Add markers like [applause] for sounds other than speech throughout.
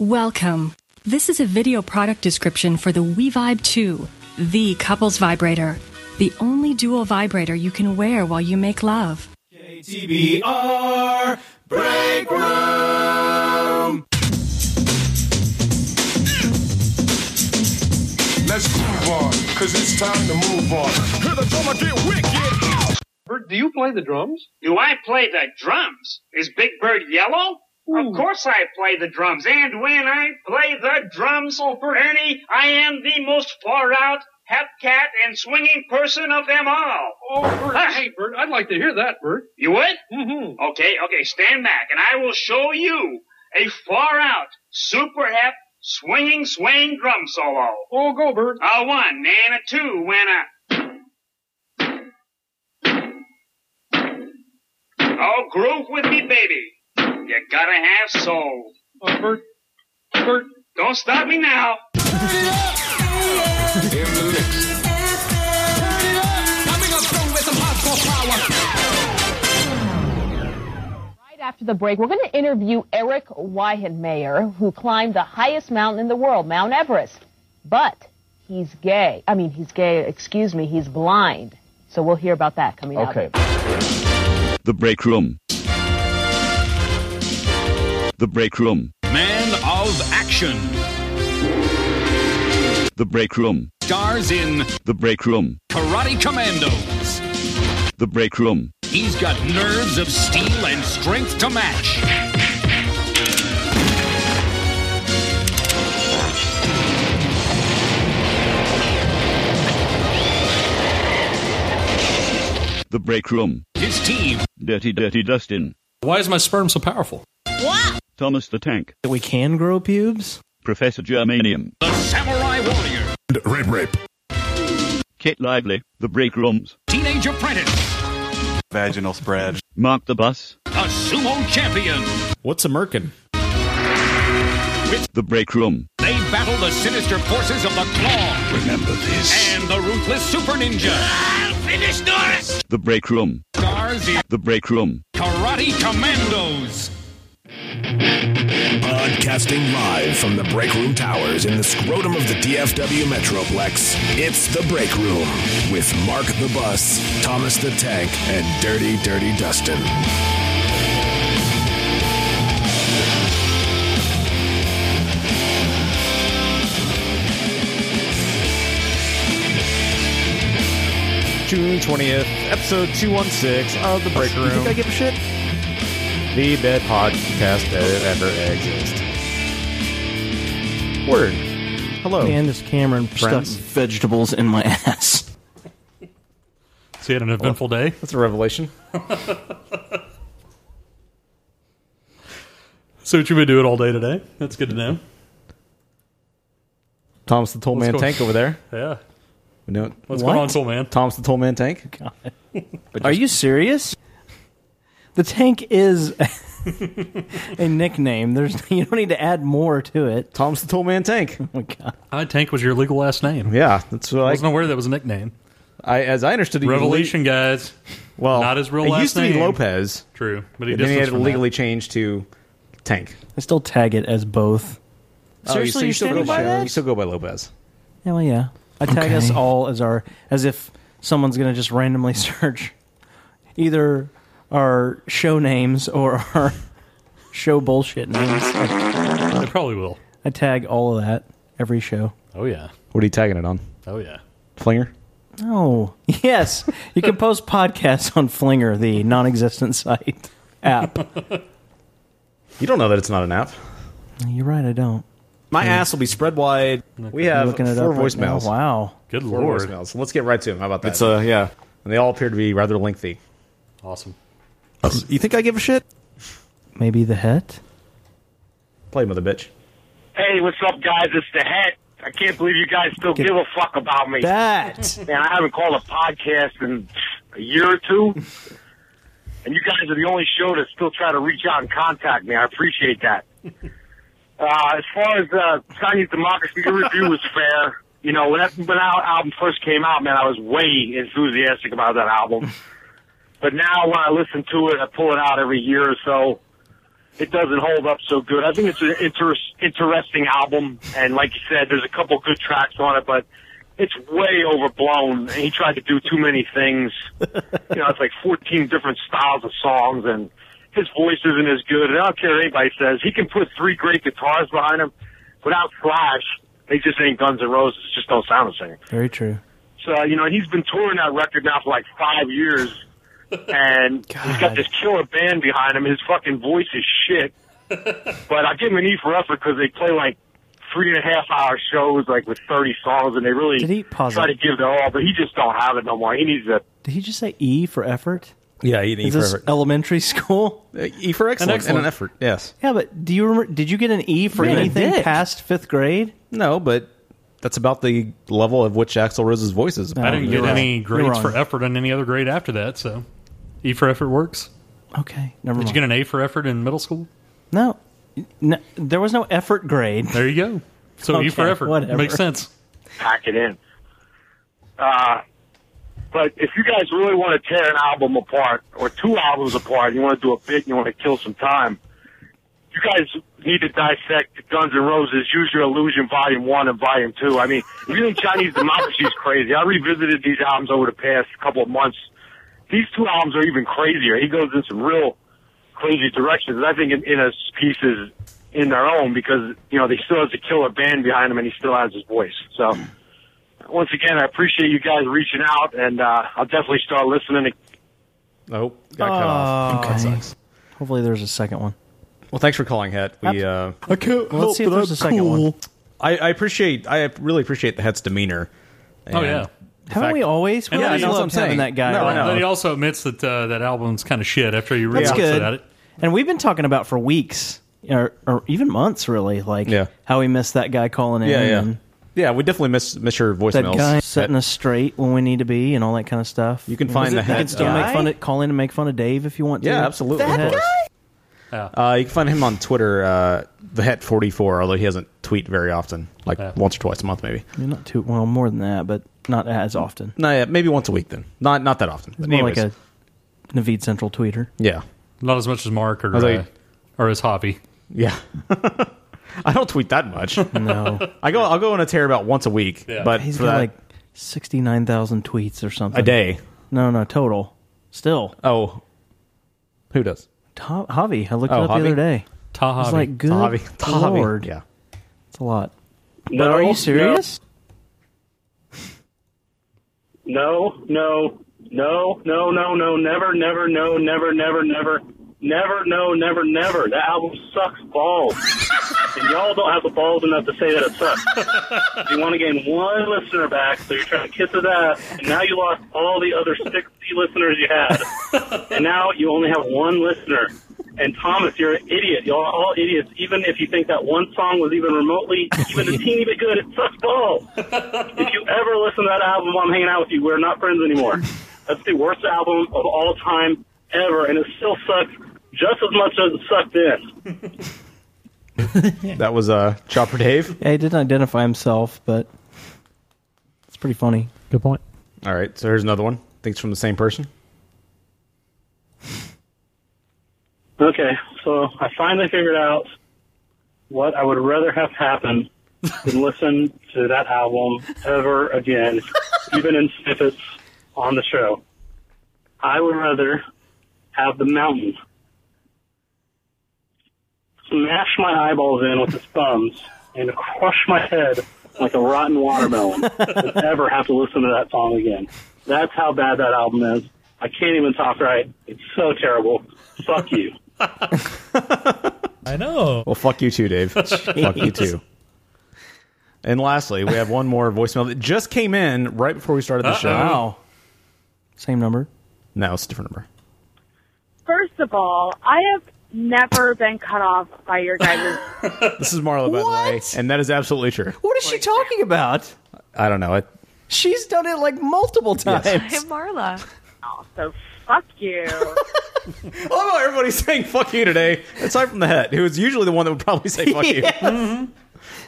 Welcome. This is a video product description for the WeVibe 2, the couples vibrator, the only dual vibrator you can wear while you make love. KTBR Break Room. Let's move on, cause it's time to move on. Hear the drummer get wicked. Bert, do you play the drums? Do I play the drums? Is Big Bird yellow? Of course I play the drums. And when I play the drums, oh, for Ernie, I am the most far out, hep cat, and swinging person of them all. Ah. Oh, Bert, hey, Bert, I'd like to hear that, Bert. You would? Mm-hmm. Okay, okay, stand back, and I will show you a far out, super hep, swinging, swaying drum solo. Oh, go, Bert. A one and a two when a. Oh, groove with me, baby. You gotta have soul. Uh, Bert, Bert, Don't stop me now. In the mix. Right after the break, we're going to interview Eric Weihenmayer, who climbed the highest mountain in the world, Mount Everest. But he's gay. I mean, he's gay, excuse me, he's blind. So we'll hear about that coming up. Okay. The break room. The break room. Man of Action The break room. stars in The break room. Karate Commandos. The break room. He's got nerves of steel and strength to match. The break room. His team, Dirty, dirty Dustin. Why is my sperm so powerful? Thomas the Tank. that we can grow pubes? Professor Germanium. the Samurai Warrior, Rape, rape. Kit Lively. The break rooms. Teenage Apprentice, Vaginal spread. Mark the Bus. a Sumo Champion. What's a merkin? The break room. They battle the sinister forces of the Claw Remember this. and the ruthless Super Ninja. I'll finish Norris! The break room. Stars in The break room. Karate Commandos. Broadcasting live from the Break Room Towers in the scrotum of the DFW Metroplex, it's The Break Room with Mark the Bus, Thomas the Tank, and Dirty Dirty Dustin. June 20th, episode 216 of The Break Room. I give a shit? The best podcast that ever exists. Word. Hello. And this Cameron friends. vegetables in my [laughs] ass. So you had an eventful day? That's a revelation. [laughs] So what you been doing all day today? That's good to know. Thomas the Toll Man go. Tank over there. Yeah. We know it. What's What? going on, soul man? Thomas the Toll [laughs] Man Tank. Are you serious? The tank is [laughs] a nickname. There's [laughs] you don't need to add more to it. Thomas the Toll Man Tank. Oh my god. I Tank was your legal last name. Yeah, that's uh, what I I, wasn't aware that was a nickname. I as I understood it. you Revelation, guys. le- well, not his real It last used to be name. Lopez, True, but he and then he had distanced it from legally legally. changed to Tank. I still tag it as both. oh, Seriously, you, you're so you still standing by go, that? You still go by Lopez. Yeah, well, yeah. I tag us Okay. all as our as if someone's gonna just randomly [laughs] search either our show names or our show bullshit names. They probably will. I tag all of that every show. Oh yeah. What are you tagging it on? Oh yeah. Flinger? Oh [laughs] yes, you can post podcasts on Flinger, the non-existent site app. [laughs] You don't know that it's not an app. You're right, I don't. My ass will be spread wide. We have I'm looking it four up right now. voicemails. Wow. Oh, Good Four lord. voicemails. So let's get right to them. How about that? It's uh, yeah. and they all appear to be rather lengthy. Awesome. You think I give a shit? Maybe the het. Play mother bitch. Hey, what's up, guys? It's the head. I can't believe you guys still give a fuck about me. That. [laughs] Man, I haven't called a podcast in a year or two. And you guys are the only show that still try to reach out and contact me. I appreciate that. Uh, as far as uh, Chinese Democracy Your Review was fair, you know, when, that, when our album first came out, man, I was way enthusiastic about that album. But now when I listen to it, I pull it out every year or so. it doesn't hold up so good. I think it's an inter- interesting album, and like you said, there's a couple good tracks on it, but it's way overblown. And he tried to do too many things. You know, it's like 14 different styles of songs, and his voice isn't as good. And I don't care what anybody says, he can put three great guitars behind him. Without Slash, they just ain't Guns N' Roses. Just don't sound the same. Very true. So uh, you know, he's been touring that record now for like five years, [laughs] and he's got this killer band behind him. His fucking voice is shit, [laughs] but I give him an E for effort because they play like three and a half hour shows, like with thirty songs, and they really Did he- pause try it. to give their all. But he just don't have it no more. He needs to. Did he just say E for effort? Yeah, he had an E Is for this effort. Elementary [laughs] school. E for excellent, and an effort. Yes. Yeah, but do you remember? Did you get an E for Yeah, I anything did. past fifth grade? No, but that's about the level of which Axl Rose's voice Oh, is. I didn't get any grades for effort. effort on any other grade after that, so E for effort works. Okay, never Did mind. you get an A for effort in middle school? No, no, there was no effort grade. There you go. So E for effort whatever. makes sense. pack it in. Uh, but if you guys really want to tear an album apart or two albums apart, and you want to do a bit, and you want to kill some time. You guys need to dissect Guns N' Roses, Use Your Illusion, Volume One and Volume Two. I mean, if you think Chinese [laughs] Democracy is crazy, I revisited these albums over the past couple of months. These two albums are even crazier. He goes in some real crazy directions. And I think in, in his pieces in their own because, you know, they still has a killer band behind him and he still has his voice. So once again, I appreciate you guys reaching out and, uh, I'll definitely start listening. Oh, got cut off. Oh, Okay. That sucks. Hopefully, there's a second one. Well, thanks for calling, Het. We uh, I can't Well, let's help see if that there's I'm a second cool. one. I, I appreciate. I really appreciate the Het's demeanor. Oh, yeah. the Haven't fact- we always? We [laughs] Yeah, always I know what loved I'm having saying. that guy. No, I on. know. But he also admits that uh, that album's kind of shit after you read That's good. about it. And we've been talking about for weeks, or, or even months, really, like how we missed that guy calling in. Yeah, yeah, and yeah. We definitely miss miss your That voicemails. guy setting us straight when we need to be, and all that kind of stuff. You can find the You head can still guy. make fun of, call in and make fun of Dave if you want to. Yeah, absolutely. Heck, Uh, you can find him on Twitter, uh, the Het44, although he doesn't tweet very often, like once or twice a month, maybe. You're not too well, more than that, but not as often. [laughs] No, yeah, maybe once a week then. Not not that often. It's But more anyways, like a Naveed Central tweeter. yeah, Not as much as Mark or I was like- uh, or his hobby. yeah. I don't tweet that much. [laughs] No. [laughs] I go. I'll go on a tear about once a week, but he's for got that, like sixty nine thousand tweets or something A day. No, no, total. Still. Oh, who does? Ta- Javi. I looked it Oh, up the Javi? other day. Ta It's Javi. like good Ta Javi. Ta Javi. lord. Yeah. it's a lot. No, but are no. you serious? No, no, no, no, no, no, never, never, no, never, never, never, never, no, never, never. That album sucks balls. [laughs] and y'all don't have the balls enough to say that it sucks. you want to gain one listener back, so you're trying to kiss his ass, and now you lost all the other 60 listeners you had. and now you only have one listener. And Thomas, you're an idiot. Y'all are all idiots. Even if you think that one song was even remotely, even a teeny bit good, it sucks balls if you ever listen to that album while I'm hanging out with you, we're not friends anymore. That's the worst album of all time ever, and it still sucks just as much as it sucked then. that was uh, Chopper Dave. Yeah, he didn't identify himself, but it's pretty funny. Good point. All right, so here's another one. I think it's from the same person. Okay, so I finally figured out what I would rather have happen than listen to that album ever again, even in snippets on the show. I would rather have The Mountain smash my eyeballs in with his thumbs and crush my head like a rotten watermelon than ever have to listen to that song again. That's how bad that album is. I can't even talk right. It's so terrible. Fuck you. I know. Well, fuck you [laughs] too, Dave. fuck you too. And lastly, we have one more voicemail that just came in right before we started the show. Uh-oh. Wow. Same number? No, it's a different number. First of all, I have never been cut off by your guys' This is Marla, [laughs] by the way, and that is absolutely true. What is she talking about? I don't know. It, She's done it like multiple times. I'm Marla. Oh, so fuck you. I love how everybody's [laughs] saying "fuck you" today, aside from the head, who is usually the one that would probably say [laughs] "fuck Yes. you."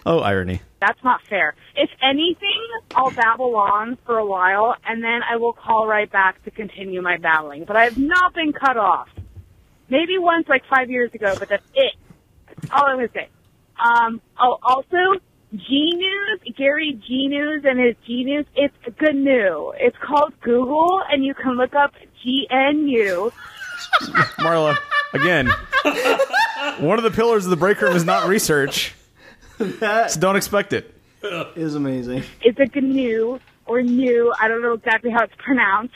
Oh, irony. That's not fair. If anything, I'll babble on for a while and then I will call right back to continue my babbling. But I have not been cut off. Maybe once, like five years ago, but that's it. That's all I'm gonna say. Um, oh, also, G News, Gary G News and his G News, it's good new. It's called Google, and you can look up GNU. Marla, [laughs] again, one of the pillars of the break room is not research. so don't expect it. Is amazing. It's a GNU or new. I don't know exactly how it's pronounced,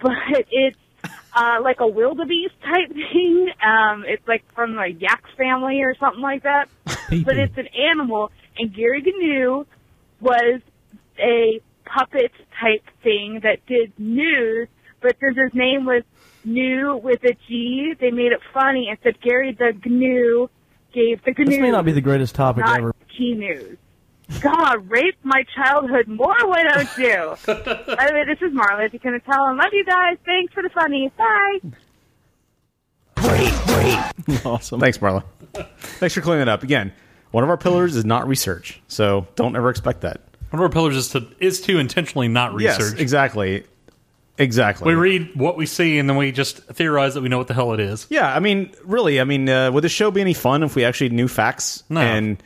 but it's uh, like a wildebeest type thing. Um, it's like from the yak family or something like that. but it's an animal, and Gary Gnu was a puppet type thing that did news. But since his name was New with a G, they made it funny and said Gary the Gnu gave the Gnu. This may not be the greatest topic Not ever. Key news. God, rape my childhood more. What don't you? By the way, this is Marla. If you can tell, I love you guys. Thanks for the funny. Bye. [laughs] awesome. Thanks, Marla. Thanks for cleaning it up. Again, one of our pillars is not research, so don't ever expect that. [laughs] One of our pillars is to is to intentionally not Yes, research. exactly. We Exactly. read what we see and then we just theorize that we know what the hell it is. Yeah, I mean, really, I mean, uh, would this show be any fun if we actually knew facts? No. And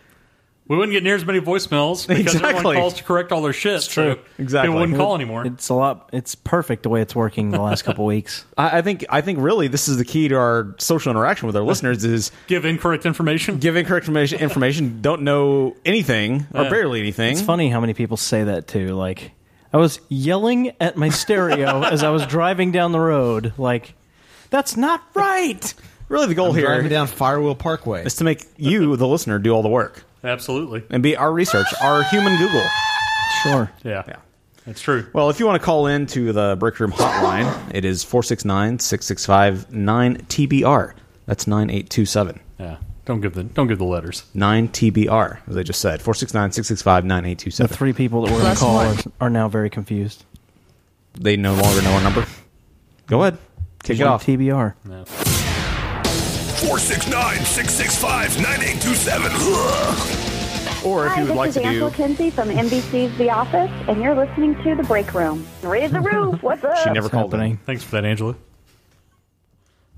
We wouldn't get near as many voicemails [laughs] because Exactly. everyone calls to correct all their shit. So Exactly. People wouldn't call anymore. It's a lot. It's perfect the way it's working the last couple [laughs] weeks. I, I think, I think, really, this is the key to our social interaction with our listeners: is give incorrect information. Give incorrect information. Information. Don't know anything or Yeah. barely anything. It's funny how many people say that too. Like, I was yelling at my [laughs] stereo as I was driving down the road. Like, that's not right. Really, the goal I'm here driving down Firewheel Parkway. is to make you, the listener, do all the work Absolutely. and be our research, our human Google. Sure. Yeah. Yeah. That's true. Well, if you want to call in to the Break Room hotline, it is 469 665 9TBR. That's 9827. Yeah. Don't give the don't give the letters. 9TBR, as I just said. 469 665 The 9827. three people that were going to Plus call one. are, are now very confused. They no longer know our number. Go ahead. Kick it Like off. TBR. 469 665 9827. Or if Hi, you would this like is to Ansel do. Kinsey from NBC's The Office, and you're listening to The Break Room. Raise the [laughs] roof. What's up? She never called happening. Thanks for that, Angela.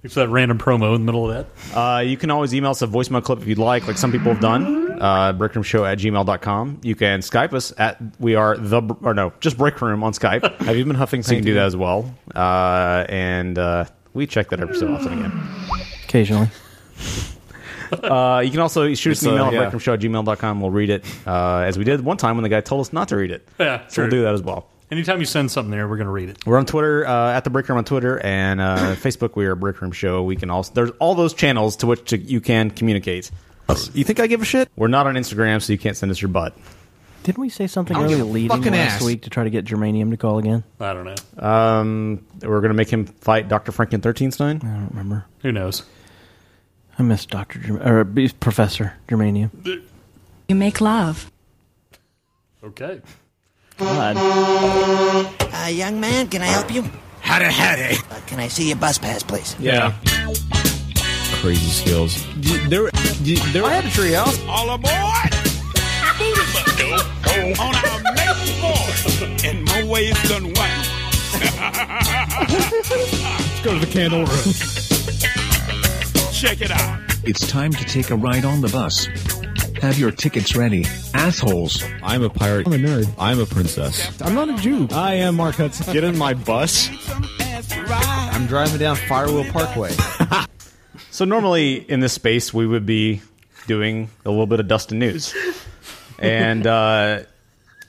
Thanks for that random promo in the middle of that. Uh, you can always email us a voicemail clip if you'd like, like some people have done. Uh, breakroomshow at gmail.com. You can Skype us at, we are the, or no, just breakroom [laughs] on Skype. Have you been huffing? So you can do that as well. Uh, and uh, we check that every so [laughs] often again. Occasionally. Uh, you can also shoot us It's, an email uh, yeah. at breakroomshow at gmail.com. We'll read it uh, as we did one time when the guy told us not [laughs] to read it. Yeah, So we'll true. do that as well. Anytime you send something there, we're going to read it. We're on Twitter uh, at the Break Room on Twitter and uh, Facebook. We are Break Room Show. We can also there's all those channels to which to, you can communicate. You think I give a shit? We're not on Instagram, so you can't send us your butt. Didn't we say something Out your really leading fucking last ass. week to try to get Germanium to call again? I don't know. Um, we're gonna make him fight Doctor Franken Thirteenstein. I don't remember. Who knows? I miss Doctor Germ- or B- Professor Germanium. [laughs] You make love. Okay. Uh, young man, can I help you? Howdy, howdy. Uh, can I see your bus pass, please? Yeah. Crazy skills. There, there. I had a trio. All aboard! Go, go. On our main board. And my way is done Let's go to the candle room. [laughs] Check it out. It's time to take a ride on the bus. Have your tickets ready, assholes. I'm a pirate. I'm a nerd. I'm a princess. I'm not a Jew. I am Mark Hudson. Get in my bus. I'm driving down Firewheel Parkway. [laughs] so normally in this space we would be doing a little bit of Dustin news, and uh,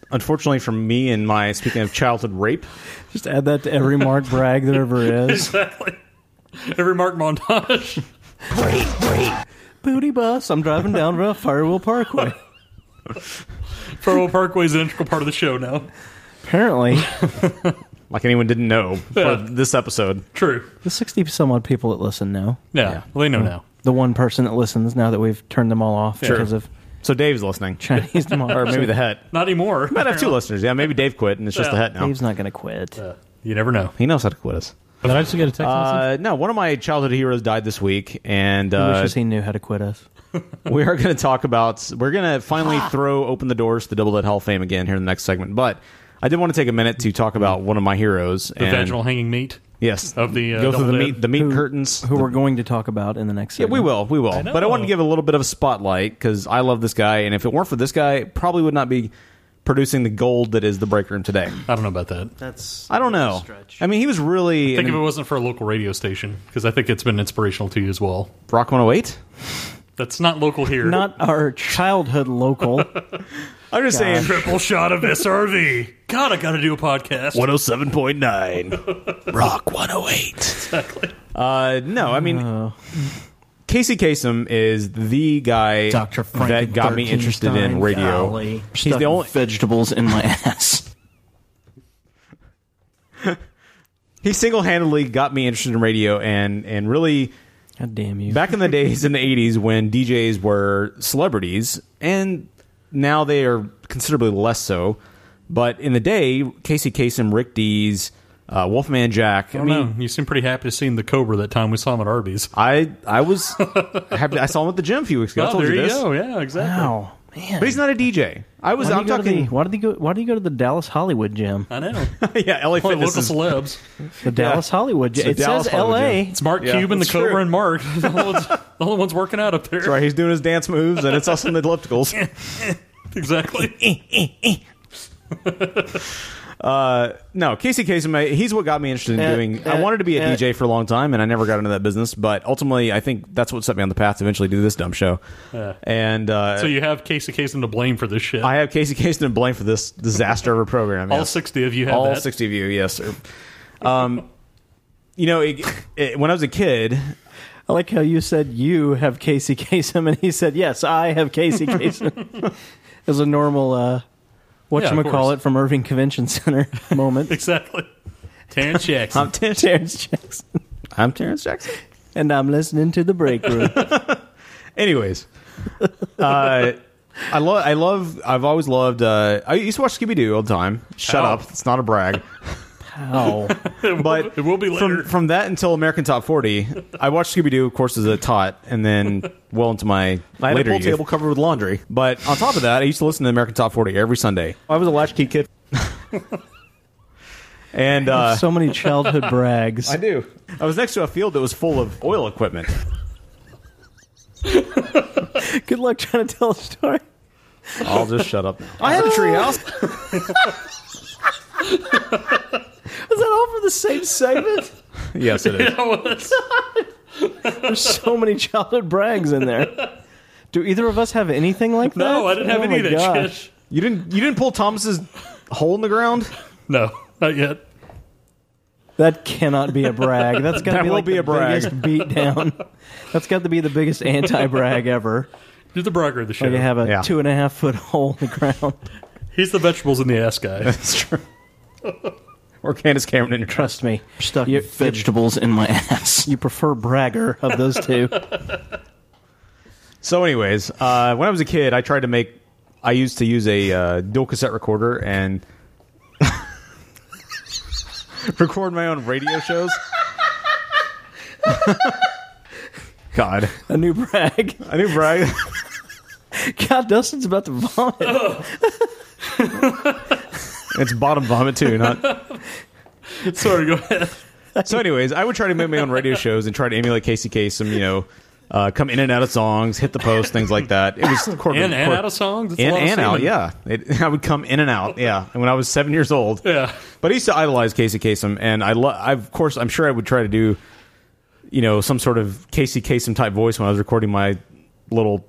unfortunately for me and my speaking of childhood rape, Just add that to every Mark brag there ever is. [laughs] Exactly. Every Mark [laughs] montage. Booty Uh, bus. I'm driving down to Firewheel [laughs] Parkway. Farwell Parkway is an integral part of the show now. Apparently, [laughs] [laughs] like anyone didn't know for Yeah. this episode. True. the sixty some odd people that listen know. Yeah. Well, they know now. The one person that listens now that we've turned them all off Sure. because of So Dave's listening. [laughs] Chinese democracy, or maybe the het. Not anymore. Might have two listeners. Yeah, maybe Dave quit and it's just the Yeah. het now. Dave's not going to quit. Uh, you never know. He knows how to quit us. Did I just get a text Uh, no, one of my childhood heroes died this week, and uh, wishes he knew how to quit us. [laughs] we are going to talk about. We're going to finally throw open the doors to the Double Dead Hall of Fame again here in the next segment. But I did want to take a minute to talk about one of my heroes. The and vaginal hanging meat. Yes, of the uh, go through the double meat dip. the meat curtains, who we're going to talk about in the next. Yeah, we will, we will. I know. but I wanted to give a little bit of a spotlight because I love this guy, and if it weren't for this guy, it probably would not be producing the gold that is the break room today. I don't know about that. That's I don't know. I mean, he was really. I think an- if it wasn't for a local radio station, because I think it's been inspirational to you as well. Rock 108. That's not local here. Not our childhood [laughs] local. I'm just saying, [laughs] triple shot of SRV. God, I got to do a podcast. 107.9 Rock 108. Exactly. Uh, no, I mean Casey Kasem is the guy Dr. Frank that got me interested in radio. He's the only vegetables in my [laughs] ass. he single-handedly got me interested in radio and and really God damn you. Back in the days in the 80s when DJs were celebrities and now they are considerably less so, but in the day Casey Kasem, Rick Dees, uh, Wolfman Jack, I I don't mean know. You seem pretty happy to see the Cobra that time we saw him at Arby's. I [laughs] I was happy. I saw him at the gym a few weeks ago. I Oh, told there you you this. go. Yeah, exactly. Wow. But he's not a DJ. I was. Why do I'm you go to talking. the- why did he go? Why did he go to the Dallas Hollywood gym? I know. [laughs] yeah, LA Only Fitness local is- celebs. The Dallas Hollywood gym. It's the It Dallas says Hollywood L.A. gym. It's Mark Yeah, Cuban, the that's Cobra, true. and [laughs] Mark. [laughs] The only, ones, the only ones working out up there. That's right. He's doing his dance moves, and it's us on the ellipticals. [laughs] exactly. [laughs] Uh, no, Casey Kasem. I- He's what got me interested in Eh, doing. I eh, wanted to be a eh. DJ for a long time, and I never got into that business. But ultimately, I think that's what set me on the path to eventually do this dumb show. Yeah. And uh, so you have Casey Kasem to blame for this shit. I have Casey Kasem to blame for this disaster of a program. All yes. 60 of you have All that. 60 of you, yes, sir. Um, you know, it, it, when I was a kid, I like how you said you have Casey [laughs] Kasem, and he said yes, I [laughs] have Casey Kasem. As a normal, uh, what Yeah, of call it from Irving [laughs] Convention Center moment. exactly. Terrence Jackson. I'm [laughs] Terrence Jackson. I'm Terrence Jackson, and I'm listening to the break room. [laughs] Anyways, uh, I love. I love. I've always loved. Uh, I used to watch Scooby Doo all the time. Shut Ow. up! It's not a brag. How? [laughs] but it will be later. From, from that until American Top Forty, I watched Scooby Doo, of course, as a tot, and then well into my I had a later pool youth. table covered with laundry. But on top of that, I used to listen to American Top Forty every Sunday. I was a latchkey kid. And uh, so many childhood brags. [laughs] I do. I was next to a field that was full of oil equipment. Good luck trying to tell a story. I'll just shut up. I had a [laughs] treehouse. Was that all for the same segment? Yes, it [laughs] is. [laughs] There's so many childhood brags in there. Do either of us have anything like that? No, I didn't have Oh any of my that gosh. shit. You didn't. You didn't pull Thomas's hole in the ground. No, not yet. That cannot be a brag. That's got to That be will like be the a brag. biggest beat down. That's got to be the biggest anti brag ever. You're the bragger of the show. Like you have a two and a half foot hole in the ground. [laughs] He's the vegetables in the ass guy. [laughs] That's [laughs] true. Or Candace Cameron in your Trust me. Stuck vegetables in my ass. [laughs] You prefer bragger of those [laughs] [laughs] two. So, anyways, uh, when I was a kid, I tried to make. I used to use a uh, dual cassette recorder and [laughs] record my own radio shows. [laughs] God, a new brag. A new brag. God, Dustin's about to vomit. Oh. [laughs] it's bottom vomit too. Not sorry. Go ahead. So, anyways, I would try to make my own radio shows and try to emulate Casey Kasem. You know, uh, come in and out of songs, hit the post, things like that. It was cor- In and cor- out of songs? That's a in lot of and out. singing. Yeah, it, [laughs] I would come in and out. Yeah, and when I was seven years old. Yeah. But I used to idolize Casey Kasem, and I, lo- I of course, I'm sure I would try to do, you know, some sort of Casey Kasem type voice when I was recording my little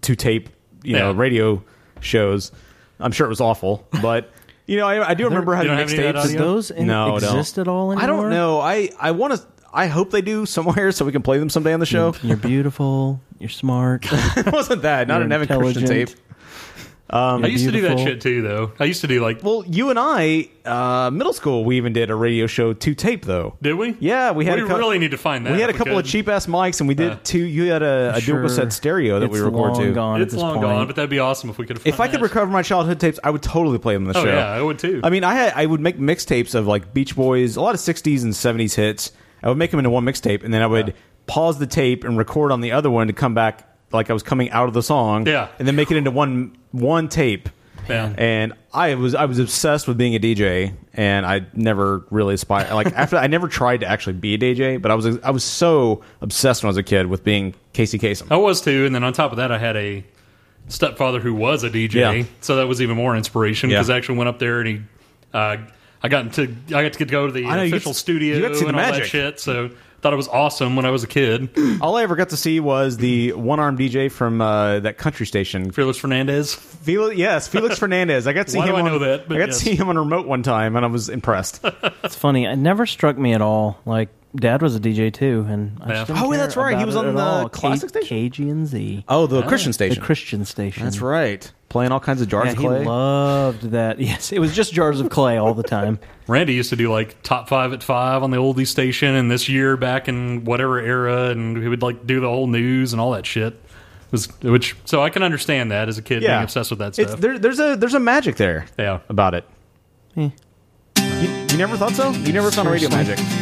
two tape, you know, Yeah. radio shows. I'm sure it was awful, [laughs] but you know, I, I do remember You having don't have any of that mixtapes. audio? Does those in- no, no. exist at all I anymore? don't know. [laughs] Oh, I I want to. I hope they do somewhere so we can play them someday on the show. You're beautiful. You're smart. it wasn't that. Not You're an Evan Christian tape. intelligent. Um, I used to do that shit too, though. I used to do like. Well, you and I, uh, middle school, we even did a radio show to tape though. Did we? Yeah, we had. We a cou- really need to find that We had a if we couple of could. cheap ass mics, and we did Uh, two. You had a, a sure. dual cassette stereo that we It's record long to. gone at It's this long point. gone, but that'd be awesome if we could have If I found could that. recover my childhood tapes, I would totally play them on the Oh, show. yeah, I would, too. I mean, I had, I would make mixtapes of like Beach Boys, a lot of '60s and '70s hits. I would make them into one mixtape, and then I would pause the tape and record on the other one to come back like I was coming out of the song. Yeah. and then make it into one one tape. Yeah. And I was I was obsessed with being a DJ, and I never really aspired. Like [laughs] after I never tried to actually be a DJ, but I was I was so obsessed when I was a kid with being Casey Kasem. I was too, and then on top of that, I had a stepfather who was a DJ, Yeah. so that was even more inspiration because Yeah. I actually went up there and he, uh, I got to I got to go to the I know, you get official to- studio you got to see the and all magic. that shit. So thought it was awesome when I was a kid. [clears throat] All I ever got to see was the one armed DJ from uh, that country station, Felix Fernandez. Felix, [laughs] yes, Felix Fernandez. I got to see Why him. do I on, know that? But I got yes. to see him on a remote one time, and I was [laughs] impressed. It's funny. It never struck me at all. Like Dad was a DJ too, and I just Yeah. didn't Oh, care that's right. about He was it on at the all. classic station, KGNZ. Oh, the Christian The station. Christian station. That's right. Playing all kinds of jars Yeah, of he clay. loved [laughs] that. Yes, it was just jars of clay all the time. Randy used to do like top five at five on the oldie station, and this year back in whatever era, and he would like do the whole news and all that shit. Was, which so I can understand that as a kid being obsessed with that It's- stuff. there- there's a there's a magic there. Yeah. About it. Yeah. You, you never thought so? You never found radio Seriously. magic?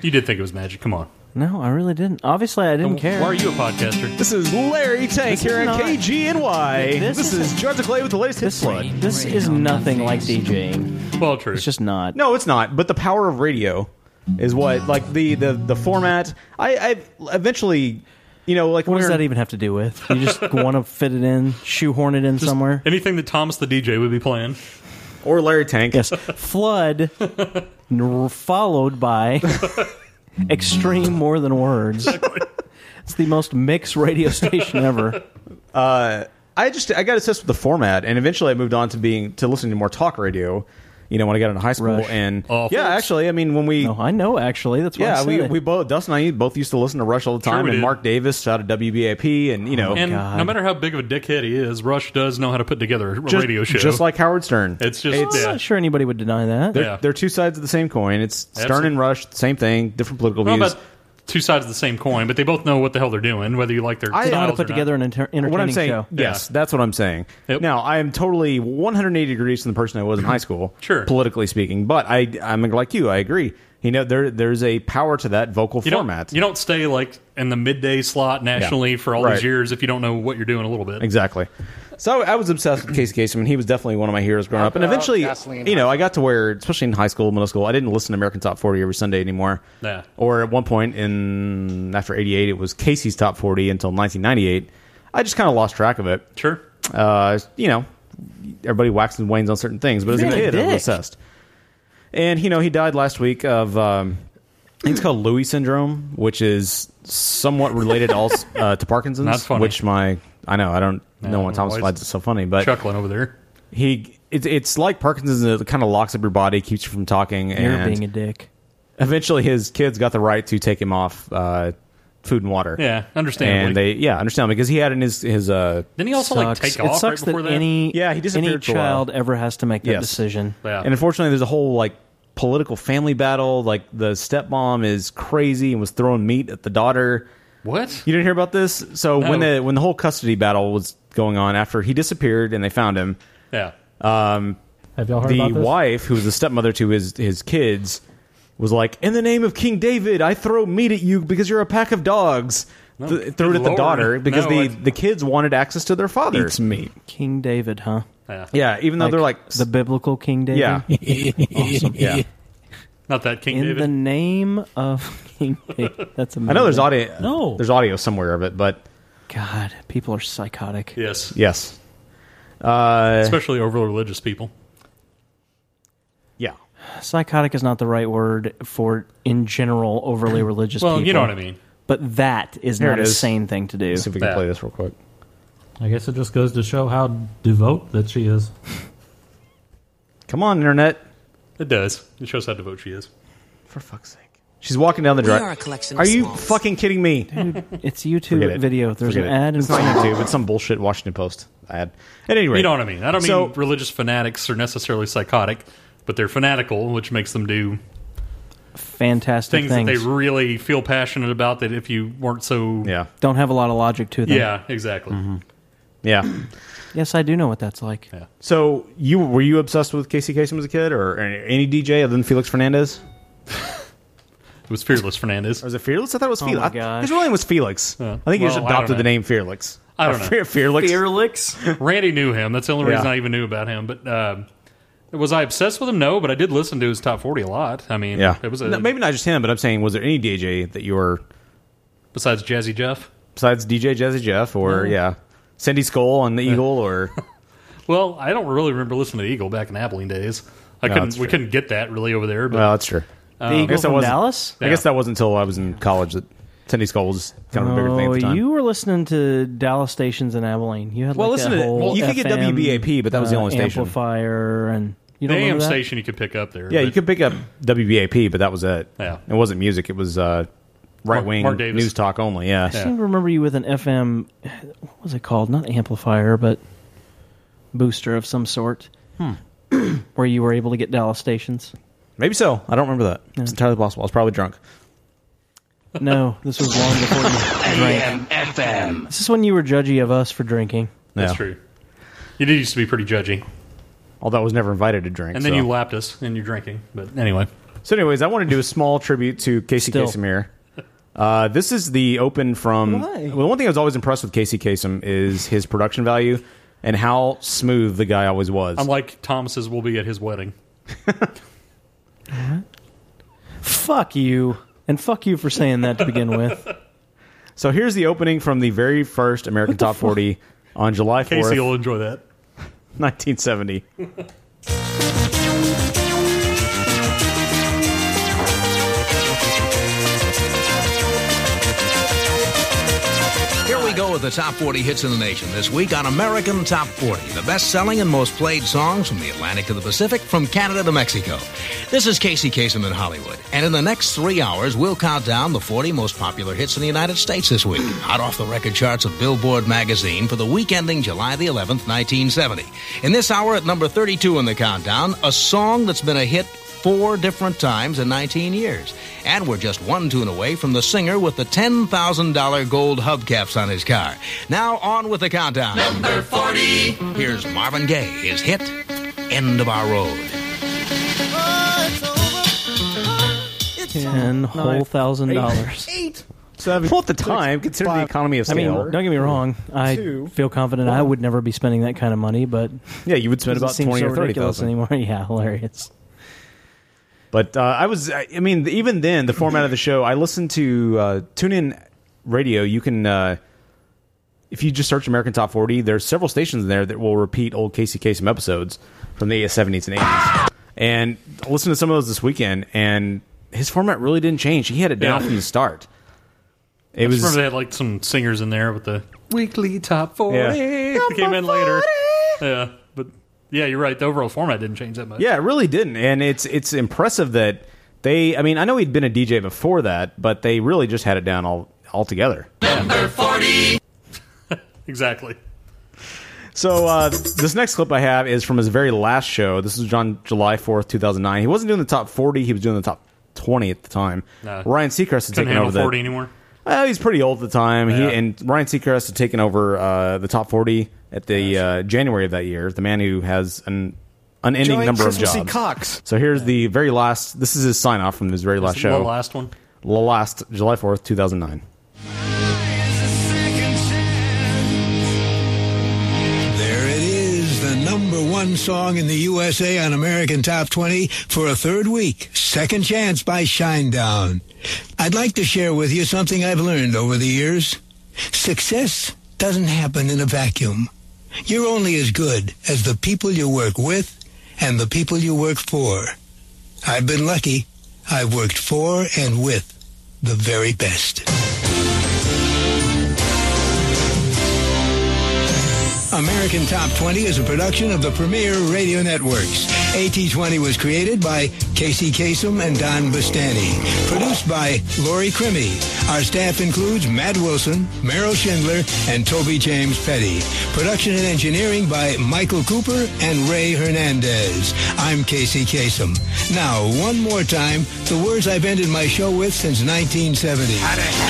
You did think it was magic. Come on. No, I really didn't. Obviously, I didn't care. Why are you a podcaster? This is Larry Tank This here is on not- KGNY. This This, is, Jars of Clay with the latest hit flood. This is nothing like DJing. Well, true. It's just not. No, it's not. But the power of radio is what like the the the format. I, I eventually, you know, like What when does we were- that even have to do with? You just [laughs] want to fit it in, shoehorn it in somewhere. Anything that Thomas the DJ would be playing. Or Larry Tank. [laughs] Yes. Flood, n- followed [laughs] by extreme more than words. It's the most mixed radio station ever. [laughs] Uh, I just I got obsessed with the format, and eventually I moved on to being to listening to more talk radio. You know, when I got into high school, Rush. and Oh, yeah, actually, I mean, when we, I know actually, that's why I yeah, we, said it. we both Dustin and I both used to listen to Rush all the Sure time, we and did. Mark Davis out of WBAP, and you Oh know, and no matter how big of a dickhead he is, Rush does know how to put together a just, radio show. just like Howard Stern. it's just I'm yeah. not sure anybody would deny that. They're, they're two sides of the same coin. It's Stern and Rush, same thing, different political Well, views. about two sides of the same coin, but they both know what the hell they're doing, whether you like their. I- They know how to styles put or together an not. enter- entertaining what I'm saying, show. yes, that's what I'm saying. Now I am totally 180 degrees from the person I was in [laughs] high school, sure, politically speaking. But I, I'm like you. I agree. You know, there there's a power to that vocal You don't, [laughs] format. you don't stay like in the midday slot nationally Yeah. for all Right. these years if you don't know what you're doing a little bit. Exactly. So I was obsessed with Casey Kasem, and he was definitely one of my heroes growing up. And Alcohol, eventually, gasoline, you know, I got to where, especially in high school, middle school, I didn't listen to American Top 40 every Sunday anymore. Yeah. Or at one point in after '88, it was Casey's Top 40 until 1998. I just kind of lost track of it. Sure. Uh, you know, everybody waxes and wanes on certain things, but as a You're a kid, I was dick. obsessed. And you know, he died last week of um, I think it's called Lewy syndrome, which is somewhat [laughs] related also, uh, to Parkinson's. Not funny. Which my I know I don't know why Thomas why is- finds it so funny, but Chuckling over there. He it's it's like Parkinson's. It kind of locks up your body, keeps you from talking, You're and being a dick. eventually his kids got the right to take him off uh, food and water. Yeah, understandably. And they yeah understand because he had in his his uh, Didn't he also like take Sucks. off it sucks right before that, that? any Yeah, he any disappeared for a while. child ever has to make that Yes. decision. And unfortunately, there's a whole like political family battle. Like the stepmom is crazy and was throwing meat at the daughter. What? You didn't hear about this? So when No. the when the whole custody battle was going on after he disappeared and they found him, Yeah. um, Have y'all heard the about this? wife who was the stepmother to his his kids was like, "In the name of King David, I throw meat at you because you're a pack of dogs." No, Th- threw it at good the lord. daughter because No, the it's- the kids wanted access to their father. Eats meat. King David, huh? [laughs] Yeah. Yeah, even though they're like the biblical King David. Yeah. [laughs] awesome. Yeah. Not that King In David. the name of [laughs] King David. That's amazing. I know there's audio. No. there's audio somewhere of it, but God, people are psychotic. Yes. yes, uh, Especially over religious people. Yeah. Psychotic is not the right word for, in general, overly religious Well, people. you know what I mean. But that is Here not it a is. sane thing to do. Let's see if we can play this real quick. I guess it just goes to show how devout that she is. Come on, internet. It does. It shows how devout she is. For fuck's sake. She's walking down the We drive. are a collection Are of you swans. fucking kidding me? it's YouTube video. There's an ad in It's not front of it. YouTube. It's some bullshit Washington Post ad. At any rate, you know what I mean. I don't So- mean religious fanatics are necessarily psychotic, but they're fanatical, which makes them do Fantastic things, things. that they really feel passionate about. That if you weren't so yeah, Don't have a lot of logic to them. yeah, exactly. Mm-hmm. yeah. Yes, I do know what that's like. Yeah. [clears throat] So you were you obsessed with Casey Kasem as a kid, or any any DJ other than Felix Fernandez? [laughs] It was fearless, Fernandez. Was it fearless? I thought it was Oh Felix. my I- gosh. His real name was Felix. I think he just Well, I don't adopted the know. name Felix. I don't know. Fear- Fearlix. Fearlix. [laughs] Randy knew him. That's the only reason Yeah. I even knew about him. But um, was I obsessed with him? No, but I did listen to his top forty a lot. I mean, Yeah, it was a, No, maybe not just him, but I'm saying, was there any DJ that you were besides Jazzy Jeff? besides DJ Jazzy Jeff or No. yeah, Cindy Skull and the [laughs] Eagle or Well, I don't really remember listening to Eagle back in Abilene days. I No, couldn't. that's We true. couldn't get that really over there. But well, that's true. The Eagle I guess that from wasn't- Dallas? I Uh, guess Yeah. that wasn't until I was in college that Cindy Skull was kind of a bigger thing at Oh, the time. you were listening to Dallas stations in Abilene. You had Well, like listen that to- whole well, you could get FM, WBAP, but that was the uh, only station. amplifier and you the don't AM remember that? station you could pick up there. yeah, but- you could pick up WBAP, but that was it. Yeah. it wasn't music; it was uh, right wing Mark Davis. news talk only. Yeah, I seem to remember you with an FM. What was it called? Not amplifier, but booster of some sort, Hmm. [clears throat] where you were able to get Dallas stations. maybe so. I don't remember that. It's entirely possible. I was probably drunk. No, this was long before you drank. FM. This is when you were judgy of us for drinking. That's Yeah. true. You did used to be pretty judgy, Although I was never invited to drink. and then so. you lapped us and you're drinking. But anyway, So, anyways, I want to do a small tribute to Casey Still. Kasem Uh, this is the open from. Well, one thing I was always impressed with Casey Kasem is his production value and how smooth the guy always was. unlike Thomas's, will be at his wedding. Fuck you, and fuck you for saying that to begin [laughs] with. so here's the opening from the very first American Top 40 on July 4th, Casey will enjoy that. 1970. Here we go with the top 40 hits in the nation this week on American Top 40, the best selling and most played songs from the Atlantic to the Pacific, from Canada to Mexico. This is Casey Kasem in Hollywood, and in the next three hours, we'll count down the 40 most popular hits in the United States this week, hot off the record charts of Billboard magazine for the week ending July the 11th, 1970. In this hour, at number 32 in the countdown, a song that's been a hit four different times in 19 years. And we're just one tune away from the singer with the $10,000 gold hubcaps on his car. Now on with the countdown. Number 40. Here's Marvin Gaye, his hit, End of Our Road. Ten whole thousand [laughs] dollars. Eight. Seven. Well, at the time, consider the economy of I mean, scale. don't get me wrong. I two, feel confident I would never be spending that kind of money, but yeah, you would spend it about seems 20 so or 30 ridiculous thousand. anymore. [laughs] Yeah, hilarious. But uh, I was, I I mean, even then, the format of the show, I listened to uh, TuneIn Radio. You can, uh, if you just search American Top 40, there's several stations in there that will repeat old Casey Kasem episodes from the 70s and 80s. And I listened to some of those this weekend, and his format really didn't change. He had it down Yeah. from the start. It I just was remember they had like some singers in there with the weekly top It came in later. Yeah, but yeah, you're right. The overall format didn't change that much. Yeah, it really didn't, and it's it's impressive that they. I mean, I know he'd been a DJ before that, but they really just had it down all altogether. exactly. So uh, this next clip I have is from his very last show. This was on July fourth, two thousand nine. He wasn't doing the top forty; he was doing the top twenty at the time. No. Ryan Seacrest had Couldn't taken handle over the forty anymore. Well, he's pretty old at the time. Yeah. He and Ryan Seacrest had taken over uh, the top forty at the uh, January of that year. The man who has an unending Giant number of Christmassy jobs. cocks. So here's the very last. This is his sign off from his very last The show. last one. The last July fourth, two thousand nine. There it is, the number one song in the USA on American Top 20 for a third week. Second Chance by Shinedown. I'd like to share with you something I've learned over the years. Success doesn't happen in a vacuum. You're only as good as the people you work with and the people you work for. I've been lucky. I've worked for and with the very best. American Top 20 is a production of the Premier Radio Networks. AT20 was created by Casey Kasem and Don Bastani. Produced by Lori Crimmy. Our staff includes Matt Wilson, Merrill Schindler, and Toby James Petty. Production and engineering by Michael Cooper and Ray Hernandez. I'm Casey Kasem. Now, one more time, the words I've ended my show with since 1970.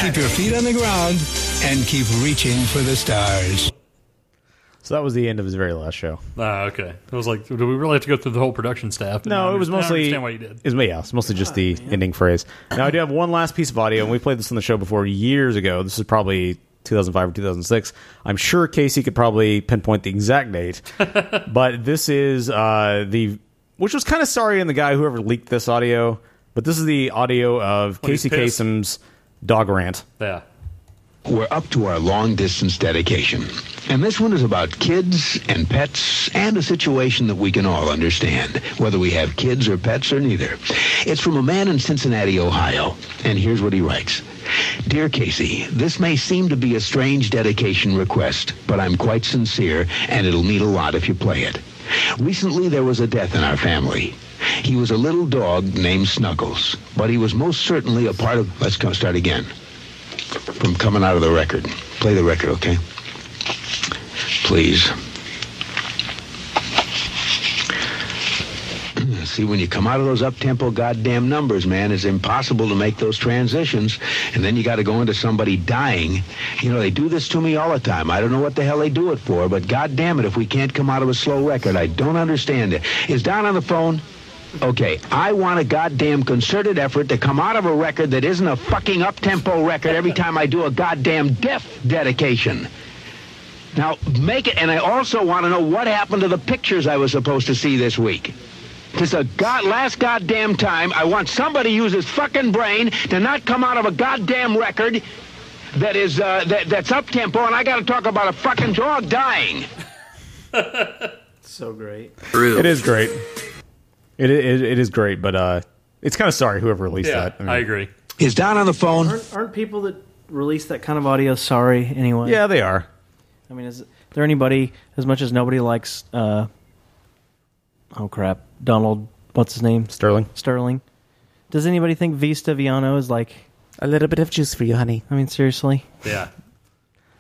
Keep your feet on the ground and keep reaching for the stars. So that was the end of his very last show. Ah, okay. It was like, do we really have to go through the whole production staff? No, I it was understand- I mostly. understand why you did. It was, yeah, it's mostly just Oh, the ending phrase. Now I do have one last piece of audio, and we played this on the show before years ago. This is probably 2005 or 2006. I'm sure Casey could probably pinpoint the [laughs] exact date, but this is uh, the which was kind of sorry in the guy whoever leaked this audio, but this is the audio of When Oh, he's Casey pissed. Kasem's dog rant. Yeah. We're up to our long distance dedication. And this one is about kids and pets and a situation that we can all understand, whether we have kids or pets or neither. It's from a man in Cincinnati, Ohio. And here's what he writes Dear Casey, this may seem to be a strange dedication request, but I'm quite sincere, and it'll mean a lot if you play it. Recently, there was a death in our family. He was a little dog named Snuggles, but he was most certainly a part of. Let's go start again from coming out of the record. Play the record, okay? Please. [clears throat] See, when you come out of those up-tempo goddamn numbers, man, it's impossible to make those transitions. And then you got to go into somebody dying. You know, they do this to me all the time. I don't know what the hell they do it for, but goddamn it, if we can't come out of a slow record, I don't understand it. Is Don on the phone? Okay, I want a goddamn concerted effort to come out of a record that isn't a fucking up-tempo record every time I do a goddamn death dedication. Now, make it, and I also want to know what happened to the pictures I was supposed to see this week. This is a god, last goddamn time I want somebody to use his fucking brain to not come out of a goddamn record that is, uh, that, that's up-tempo, and I got to talk about a fucking dog dying. So great. It is great. It, it it is great, but uh, it's kind of sorry whoever released Yeah, that. I agree. Is Don on the phone? Aren't, aren't people that release that kind of audio sorry anyway? Yeah, they are. I mean, is there anybody as much as nobody likes? Uh, oh crap, Donald. What's his name? Sterling. Sterling. Does anybody think Vista Viano is like a little bit of juice for you, honey? I mean, seriously, Yeah.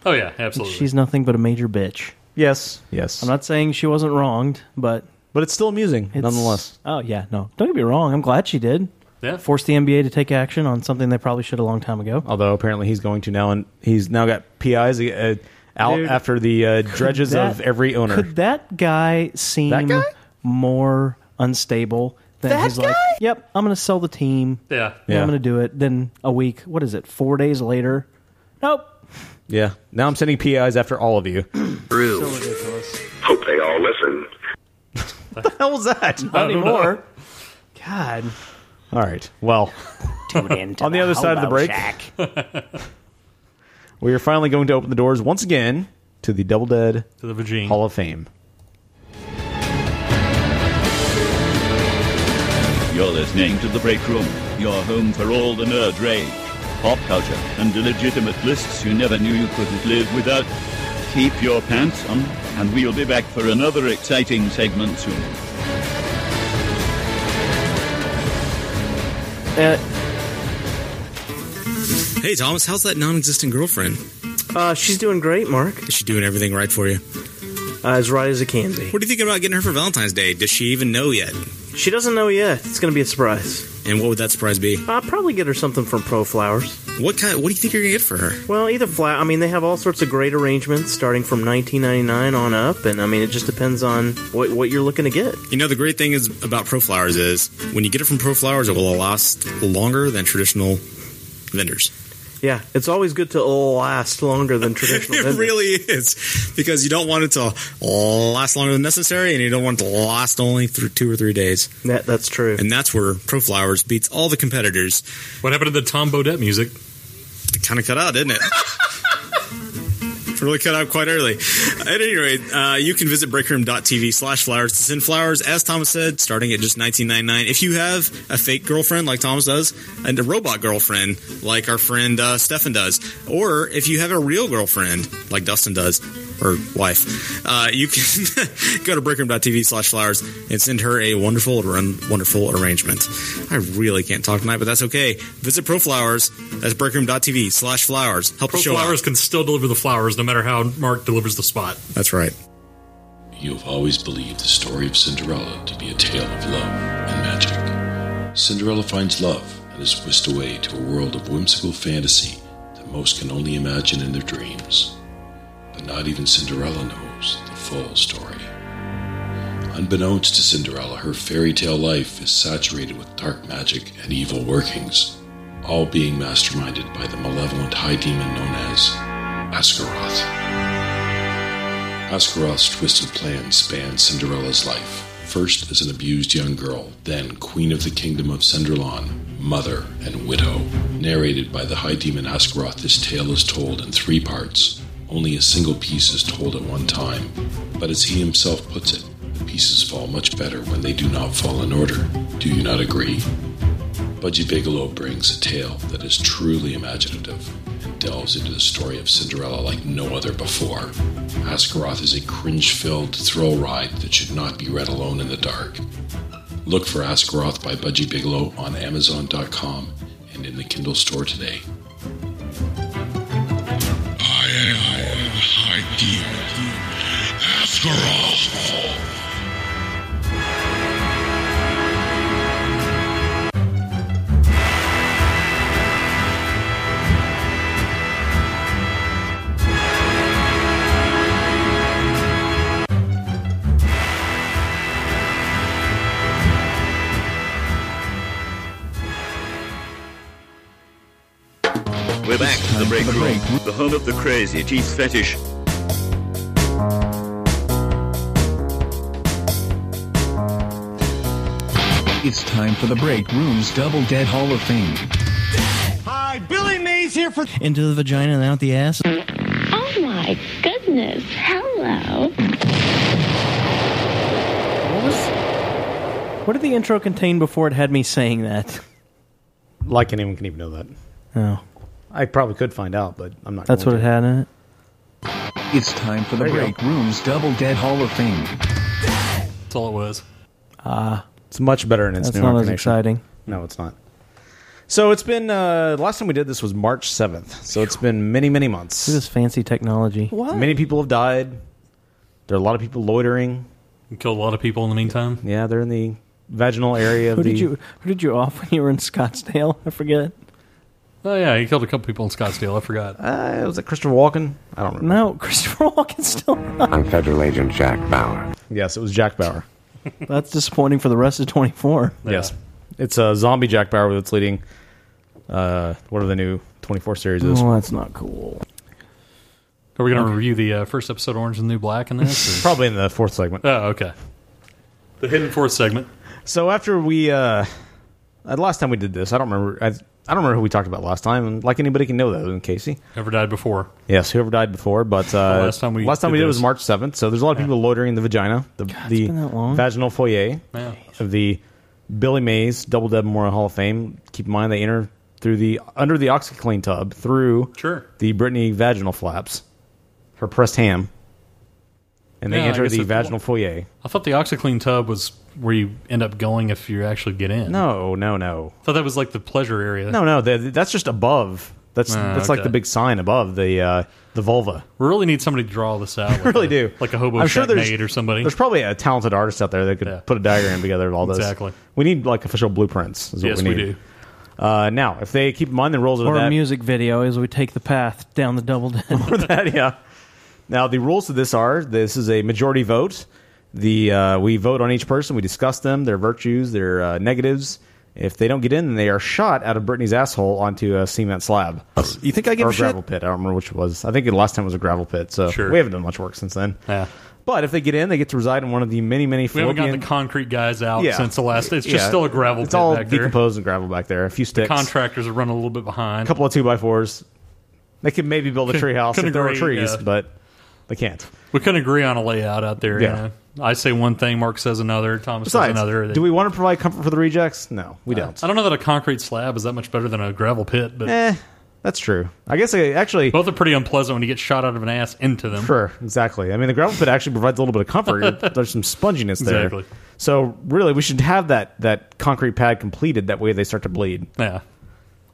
Oh yeah, absolutely. she's nothing but a major bitch. Yes, yes. I'm not saying she wasn't wronged, but but it's still amusing nonetheless. Oh yeah, no, don't get me wrong. I'm glad she did. Yeah. Forced the NBA to take action on something they probably should a long time ago. Although apparently he's going to now, and he's now got PIs uh, out Dude. after the uh, dredges Could of that- every owner. Could that guy seem more unstable than That he's like, yep, I'm going to sell the team. Yeah. Yeah. I'm going to do it. Then a week, what is it, four days later? Nope. yeah. Now I'm sending PIs after all of you. Hope they all listen. what the hell was that? Not anymore. God. All right. Well, [laughs] Tune in to on the, the other side of the Hobo break, [laughs] we are finally going to open the doors once again to the Double Dead to the Virginia Hall of Fame. You're listening to The Break Room, your home for all the nerd rage, pop culture, and illegitimate lists you never knew you couldn't live without. Keep your pants on, and we'll be back for another exciting segment soon. Hey, Thomas, how's that non existent girlfriend? Uh, she's doing great, Mark. Uh, Is she doing everything right for you? as right as it can be. What do you think about getting her for Valentine's Day? Does she even know yet? She doesn't know yet. It's going to be a surprise. And what would that surprise be? I'll probably get her something from Pro Flowers. What kind? What do you think you're gonna get for her? Well, either flower. I mean, they have all sorts of great arrangements starting from 1999 on up, and I mean, it just depends on what what you're looking to get. You know, the great thing is about ProFlowers is when you get it from ProFlowers, it will last longer than traditional vendors. Yeah, it's always good to last longer than traditional. [laughs] It isn't it? really is because you don't want it to last longer than necessary, and you don't want it to last only through two or three days. That, that's true, and that's where ProFlowers beats all the competitors. What happened to the Tom Bodette music? It kind of cut out, [laughs] didn't it? It Really cut out quite early. At any rate, uh, you can visit breakroom.tv slash flowers to send flowers, as Thomas said, starting at just nineteen ninety nine. If you have a fake girlfriend like Thomas does, and a robot girlfriend like our friend uh, Stefan does, or if you have a real girlfriend like Dustin does, or wife, uh, you can [laughs] go to breakroom.tv slash flowers and send her a wonderful, run, wonderful arrangement. I really can't talk tonight, but that's okay. Visit ProFlowers. That's breakroom.tv slash flowers. Help the Pro show out. Flowers can still deliver the flowers no matter how Mark delivers the spot. That's right. You have always believed the story of Cinderella to be a tale of love and magic. Cinderella finds love and is whisked away to a world of whimsical fantasy that most can only imagine in their dreams. But not even Cinderella knows the full story. Unbeknownst to Cinderella, her fairy tale life is saturated with dark magic and evil workings, all being masterminded by the malevolent high demon known as Ascaroth. Ascaroth's twisted plan spanned Cinderella's life, first as an abused young girl, then Queen of the Kingdom of Cinderlon, Mother, and Widow. Narrated by the High Demon Ascaroth, this tale is told in three parts. Only a single piece is told at one time, but as he himself puts it, the pieces fall much better when they do not fall in order. Do you not agree? Budgie Bigelow brings a tale that is truly imaginative and delves into the story of Cinderella like no other before. Ascaroth is a cringe filled thrill ride that should not be read alone in the dark. Look for Ascaroth by Budgie Bigelow on Amazon.com and in the Kindle store today. I am High Demon Ascaroth. We're back to the break room, the home of the crazy teeth fetish. It's time for the break room's double dead Hall of Fame. Hi, Billy Mays here for [laughs] into the vagina and out the ass. Oh my goodness. Hello. What did the intro contain before it had me saying that? Like anyone can even know that. Oh. I probably could find out, but I'm not. That's what going it had in it. It's time for the There you break room's double dead Hall of Fame. That's all it was. Ah, it's much better in its That's new not as incarnation. exciting. No, it's not. So it's been uh, last time we did this was March seventh. So it's been many many months. Look at this fancy technology. Many people have died. There are a lot of people loitering. killed a lot of people in the meantime. Yeah, they're in the vaginal area of Who the. did you who did you off when you were in Scottsdale? I forget. Oh yeah, he killed a couple people in Scottsdale. I forgot. Uh, was it Christopher Walken? I don't remember. No, [laughs] Christopher Walken's still. I'm Federal Agent Jack Bauer. Yes, it was Jack Bauer. That's disappointing for the rest of 24. Yes, it's a zombie Jack Bauer that's leading. Uh, what are the new twenty four series? Is. Oh, that's not cool. Are we going to review the uh, first episode, of Orange and the New Black, in this? or- [laughs] Probably in the fourth segment. oh, okay. The hidden fourth segment. So after we, uh, uh, last time we did this, I don't remember. I, I don't remember who we talked about last time. And like anybody can know that, in Casey. Ever died before? Yes, whoever died [laughs] before, but uh, last time we last time did we did was this. March seventh. So there's a lot of people loitering in the vagina, the the been that long. vaginal foyer Yeah. of the Billy Mays Double Dead Memorial Hall of Fame. Keep in mind they enter through the under the OxyClean tub through Sure. the Brittany vaginal flaps, her pressed ham, and they Yeah, I enter guess the that's the vaginal foyer. I thought the OxyClean tub was where you end up going if you actually get in. No, Oh, no, no. I thought that was like the pleasure area. No, no, that that's just above. That's Ah, that's like okay. the big sign above the uh, the vulva. We really need somebody to draw this out. [laughs] Like really a, do. Like a hobo I'm sure there's- shack maid or somebody. There's probably a talented artist out there that could put a diagram together of all this. Exactly. We need like official blueprints. Is what Yes, we we need. Uh, now, if they keep in mind the rules of Or that, a music video as we take the path down the double dead. that, [laughs] yeah. Now the rules of this are: this is a majority vote. The uh, we vote on each person. We discuss them, their virtues, their uh, negatives. If they don't get in, then they are shot out of Brittany's asshole onto a cement slab. You think I give or a shit? gravel pit? I don't remember which it was. I think the last time was a gravel pit. So Sure. we haven't done much work since then. Yeah. But if they get in, they get to reside in one of the many, many We haven't Philippian. gotten the concrete guys out Yeah. since the last. It's just Yeah. still a gravel It's pit all back there. decomposed and gravel back there. A few sticks, Contractors are running a little bit behind. a couple of two by fours. They could maybe build a Couldn't- tree house if couldn't there were agree, trees, yeah. but they can't. We couldn't agree on a layout out there. Yeah. you know. I say one thing, Mark says another, Thomas Besides, says another. do we want to provide comfort for the rejects? No, we don't. I don't know that a concrete slab is that much better than a gravel pit, but Eh, that's true. I guess I actually both are pretty unpleasant when you get shot out of an ass into them. Sure, exactly. I mean, the gravel pit actually provides a little bit [laughs] of comfort. There's some sponginess there. Exactly. So really, we should have that that concrete pad completed. That way, they start to bleed Yeah,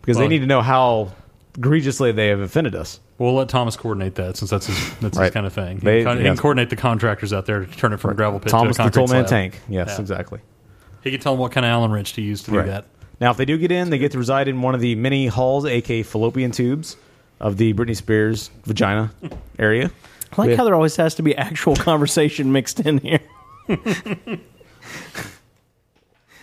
because Well- they need to know how egregiously they have offended us. we'll let Thomas coordinate that since that's his that's his Right. kind of thing. He, They- can, he yeah. can coordinate the contractors out there to turn it from a gravel pit Thomas to a the concrete Tool Man slab. Tank. Yes, Yeah. exactly. He can tell them what kind of Allen wrench to use to do Right. that. Now, if they do get in, they get to reside in one of the many halls, aka fallopian tubes, of the Britney Spears vagina area. I [laughs] like With- how there always has to be actual conversation mixed in here. [laughs]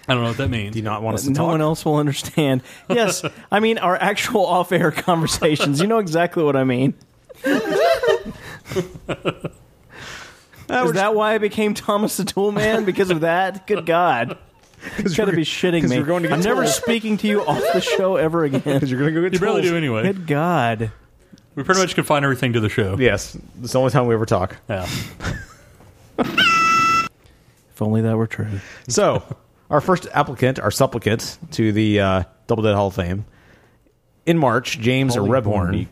I don't know what that means. Do you not want us to no talk? one else will [laughs] understand. Yes, I mean our actual off-air conversations. You know exactly what I mean. Is that why I became Thomas the Tool Man? Because of that? Good God. It's gotta be shitting [laughs] 'cause me. we're going to get I'm never told. speaking to you off the [laughs] show ever again. Because you're going to go get You barely told. do anyway. Good God. We pretty much confine everything to the show. Yes, it's the only time we ever talk. Yeah. If only that were true. So, our first applicant, our supplicant to the uh, Double Dead Hall of Fame, in March, James Holy Rebhorn,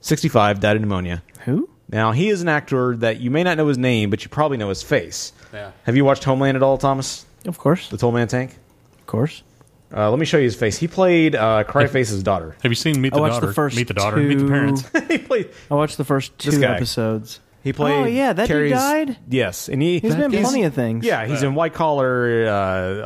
65, died of pneumonia. Who? Now, he is an actor that you may not know his name, but you probably know his face. Yeah. Have you watched Homeland at all, Thomas? Of course. The Toll Man Tank? Of course. Uh, let me show you his face. He played uh, Cryface's daughter. Have you seen Meet I watched the first two, he played, I watched the first This two guy. episodes. He played. Oh yeah, that Carrie's- dude died. Yes, and he He's been in plenty of things. Yeah, he's in White Collar,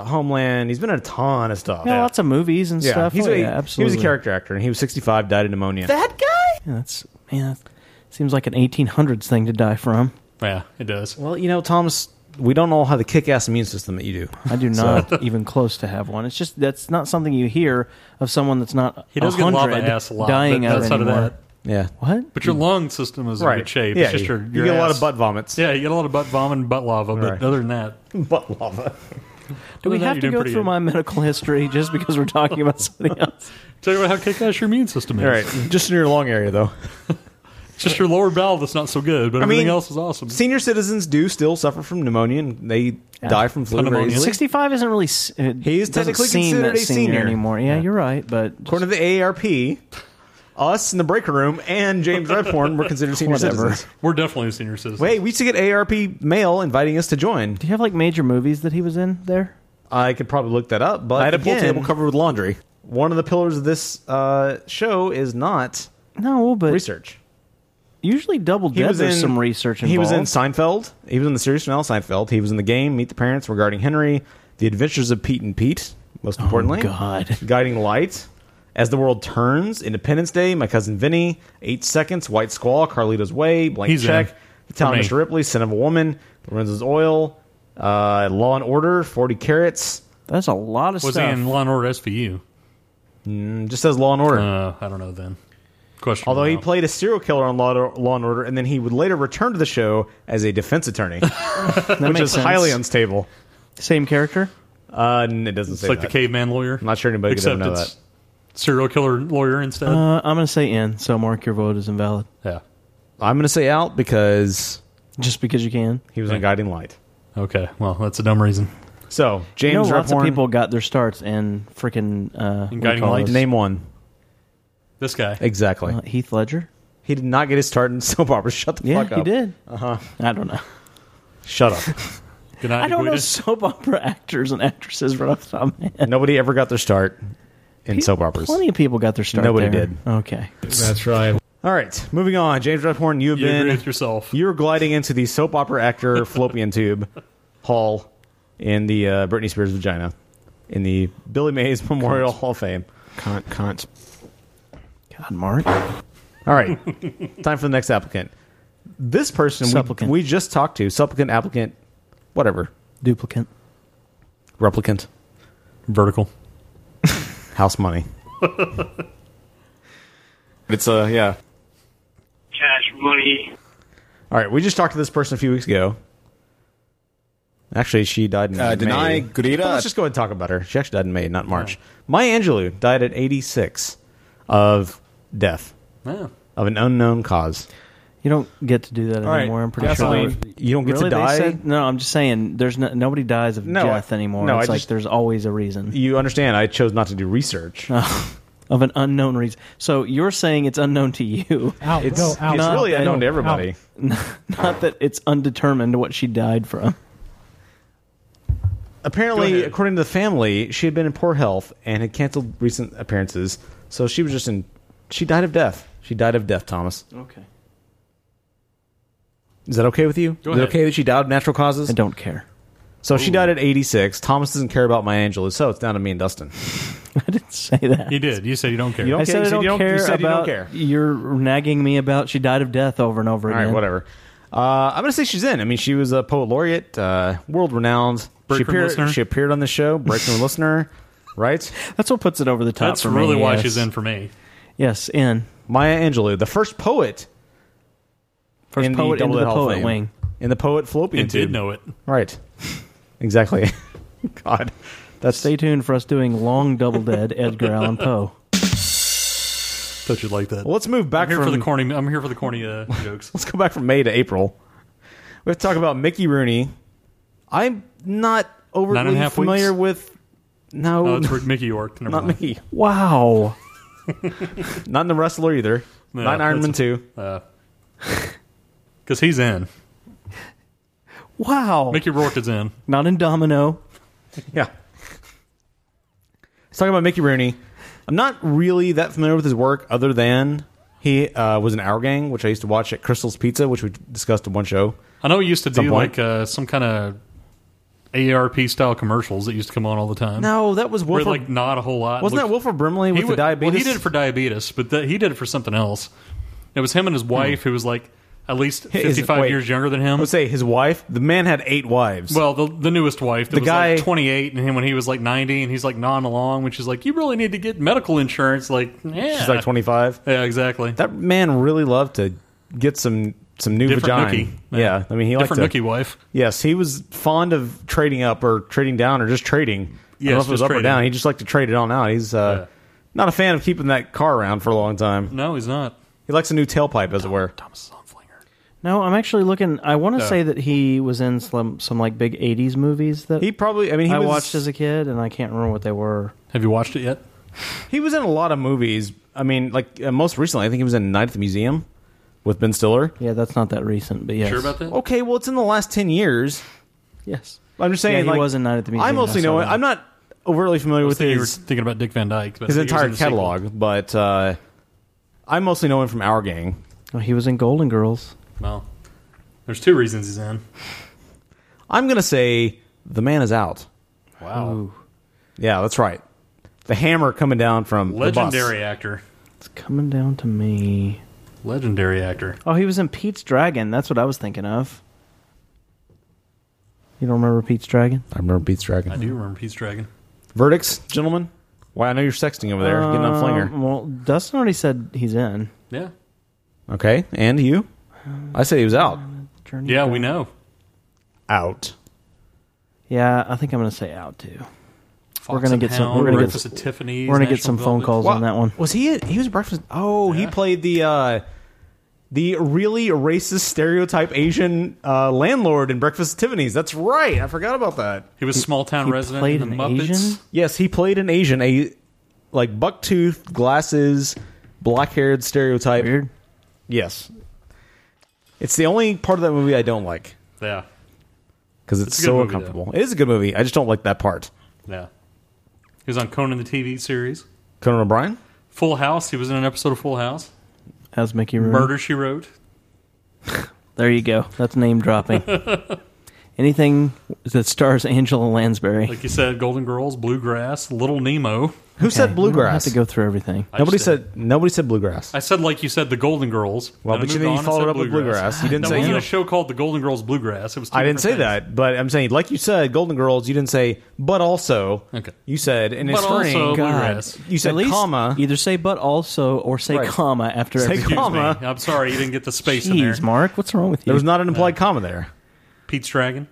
uh, Homeland. He's been in a ton of stuff. Yeah, lots of movies and Yeah, stuff. He's Oh, a, yeah, absolutely. He was a character actor, and he was 65, died of pneumonia. That guy? Yeah, that's man. That seems like an 1800s thing to die from. Yeah, it does. Well, you know, Thomas, we don't all have the kick-ass immune system that you do. I do not [laughs] even close to have one. It's just that's not something you hear of someone that's not He does get lava 100 ass a lot, dying but of outside of anymore. that- Yeah. What? But your lung system is in Right. good shape. Yeah, it's just your, you- your you get a lot of ass- butt vomits. Yeah, you get a lot of butt vomit and butt lava. But Right. other than that, [laughs] butt lava. Do we have to go through my medical history just because we're talking about something else? Tell you what, how kick-ass your immune system is. All right, just in your lung area, though. [laughs] It's just your lower bowel that's not so good, but I everything mean, else is awesome. Senior citizens do still suffer from pneumonia, and they [laughs] die from flu very easily. 65 isn't really. s- uh, It he is technically considered a senior. anymore. Yeah, you're right, but according to the AARP, us in the breaker room and James Redhorn were considered senior Whatever. citizens. We're definitely senior citizens. Wait, we used to get AARP mail inviting us to join. Do you have like major movies that he was in there? I could probably look that up, but I had a pool again- table covered with laundry. One of the pillars of this uh, show is not no, but research. Usually, double dead. There's some research involved. He was in Seinfeld. He was in the series finale Seinfeld. He was in the game Meet the Parents, Regarding Henry, The Adventures of Pete and Pete. Most importantly, Oh, God, [laughs] Guiding Light, As the World Turns, Independence Day, My Cousin Vinny, Eight Seconds, White Squall, Carlito's Way, Blank He's Check, in. The Town of For Mr. me. Ripley, Sin of a Woman, Lorenzo's Oil, uh, Law and Order, Forty Carats. That's a lot was he in Law and Order SVU? Mm, just says Law and Order. Uh, I don't know then. Question. Although he now. played a serial killer on Law, Law and Order, and then he would later return to the show as a defense [laughs] attorney, [laughs] which makes is sense. highly unstable. Same character? Uh, n- it doesn't It's say like that. the caveman lawyer. I'm not sure anybody could ever Except know it's serial killer lawyer instead. Uh, I'm going to say in, so mark your vote as invalid. Yeah. I'm going to say out because. Just because you can? He was in Guiding Light. okay. Well, that's a dumb reason. So, James James you know, lots of Redhorn- people got their starts in freaking. Uh, what do you Guiding call Light? those? Name one. This guy. Exactly. Uh, Heath Ledger? He did not get his start in [laughs] soap opera. Shut the Yeah, fuck up. he did. Uh-huh. I don't know. Shut up. [laughs] Good I don't know soap opera actors and actresses right off the top of my head. Nobody ever got their start in soap operas. Plenty of people got their start Nobody there. did. Okay. That's right. All right, moving on. James Redhorn, you have You been agree with yourself. You're gliding into the soap [laughs] opera actor fallopian tube hall in the uh, Britney Spears vagina in the Billy Mays Memorial Hall of Fame. Cunt, cunt. God, Mark. All right, time for the next applicant. This person we, Supplicant. we just talked to, supplicant, applicant, whatever, Duplicant. replicant, vertical, [laughs] house money. It's uh yeah. Cash money. All right, we just talked to this person a few weeks ago. Actually, she died in Uh, May. Denai Gurira. Let's just go ahead and talk about her. She actually died in May, not March. Maya Angelou died at 86 of death Oh. of an unknown cause. You don't get to do that All right, anymore. I'm pretty gasoline. sure. You don't get to Really? They die? said- no, I'm just saying there's no, nobody dies of No, death I- anymore. no, it's I like just- there's always a reason. You understand? I chose not to do research. [laughs] of an unknown reason. So you're saying it's unknown to you. [laughs] Out, It's- go, out, it's out, really go, unknown to everybody. Not that it's undetermined what she died from. Apparently, according to the family, she had been in poor health and had canceled recent appearances. So she was just in. She died of death. She died of death, Thomas. Okay. Is that okay with you? Go Is it ahead. okay that she died of natural causes? I don't care. So if she died at 86. Thomas doesn't care about my Angelou, so it's down to me and Dustin. [laughs] I didn't say that. You did. You said you don't care. You don't I care. said You I said don't you don't- you care said you don't about. care. are nagging me about she died of death over and over All again. right, whatever. Uh, I'm going to say she's in. I mean, she was a poet laureate, uh, world renowned. She Break room appeared, listener. she appeared on the [laughs] show, Breakroom Listener, right? That's what puts it over the top That's really why she's in for me. Yes, in. Maya Angelou, the first poet First in poet the into Double the Hall of poet Fame. wing. in the poet fallopian It did tube. know it. right? [laughs] Exactly. God, that's stay tuned for us doing long double dead Edgar Allan Poe. Thought you'd like that. [laughs] Well, let's move back I'm here for the from- corny. I'm here for the corny uh, jokes. [laughs] Let's go back from May to April. We have to talk about Mickey Rooney. I'm not overly Nine and a half familiar weeks? with. No, Oh, it's Rick- Mickey York. Never not mind. Mickey. Wow. [laughs] not in the wrestler [laughs] either. No, not in Iron Man that's- uh, two. Because he's in. Wow. Mickey Rourke is in. Not in Domino. [laughs] Yeah. Let's talk about Mickey Rooney. I'm not really that familiar with his work other than he uh, was in Our Gang, which I used to watch at Crystal's Pizza, which we discussed in one show. I know he used to Some do like point. uh, some kind of AARP style commercials that used to come on all the time. No, that was Where, Wilford- like not a whole lot. Wasn't Looked- that Wilford Brimley with wa- the diabetes? Well, he did it for diabetes, but that he did it for something else. It was him and his Hmm. wife, who was like at least His- fifty-five wait. years younger than him. Let's say his wife. The man had eight wives. Well, the, the newest wife, that The was guy- like 28, and him when he was like 90, and he's like non along, which is like, you really need to get medical insurance. Like, yeah. She's like 25. Yeah, exactly. That man really loved to get some some new Different vagina. nookie. Yeah. I mean he Different liked to, nookie wife. Yes, he was fond of trading up or trading down or just trading. I Yes, don't know if it was just up or trading. down. He just liked to trade it on out. He's uh, not a fan of keeping that car around for a long time. No, he's not. He likes a new tailpipe, as it were. No, I'm actually looking. I want to Uh, say that he was in some some like big '80s movies that He probably. I mean, he I was- watched as a kid, and I can't remember what they were. Have you watched it yet? He was in a lot of movies. I mean, like uh, most recently, I think he was in Night at the Museum with Ben Stiller. Yeah, that's not that recent, but yes. Sure about that? Okay, well, it's in the last ten years. Yes, I'm just saying. Yeah, he like, was in Night at the I Museum. mostly I know saw it. that. I'm not overly familiar I with think you were his thinking about Dick Van Dyke. But his I think he was entire in the sequel. catalog, but uh, I mostly know him from Our Gang. Oh, he was in Golden Girls. Well, there's two reasons he's in. I'm gonna say the man is out. Wow. Yeah, that's right. The hammer coming down from Legendary actor. It's coming down to me. Legendary actor. Oh, he was in Pete's Dragon. That's what I was thinking of. You don't remember Pete's Dragon? I remember Pete's Dragon. I do remember Pete's Dragon. Verdicts, gentlemen. Why I know you're sexting over there, getting on Flinger. Um, Well, Dustin already said he's in. Yeah. Okay, and you? I said he was out. Journey Yeah, back. we know. Out. Yeah, I think I'm going to say out too. we're Fox going to and get some. Hound, We're going to get Breakfast at Tiffany's, We're going to get National some phone Velvet. calls on that one. Was he? He was breakfast. Oh, he played the uh, the really racist stereotype Asian uh, landlord in Breakfast at Tiffany's. That's right. I forgot about that. He was small town resident played in the an Muppets. Asian? Yes, he played an Asian, a like bucktooth, glasses, black-haired stereotype. Weird. Yes, it's the only part of that movie I don't like Yeah. because It's it's, a good so movie, though. uncomfortable. It is a good movie. I just don't like that part. Yeah. He was on Conan the TV series. Conan O'Brien Full House. He was in an episode of Full House. As Mickey Rooney. Murder She Wrote. There you go. That's [laughs] name dropping. Anything that stars Angela Lansbury. Like you said, Golden Girls, Bluegrass, Little Nemo. Who Okay, said we don't Have bluegrass? to go through everything. I Nobody just said nobody said bluegrass. I said like you said, the Golden Girls. Well, Then I but moved you- then you on and followed said up with Bluegrass. You didn't that say wasn't you- a show called The Golden Girls Bluegrass. It was. Two I didn't say different that, but I'm saying, like you said, Golden Girls. You didn't say, but also. Okay. You said, and it's But also string. bluegrass. You said At least comma. Either say but also or say Right. comma after Say every things. Excuse comma. me. I'm sorry, you didn't get the space in there. Jeez, Mark, what's wrong with you? There was not an implied comma there. Pete's Dragon.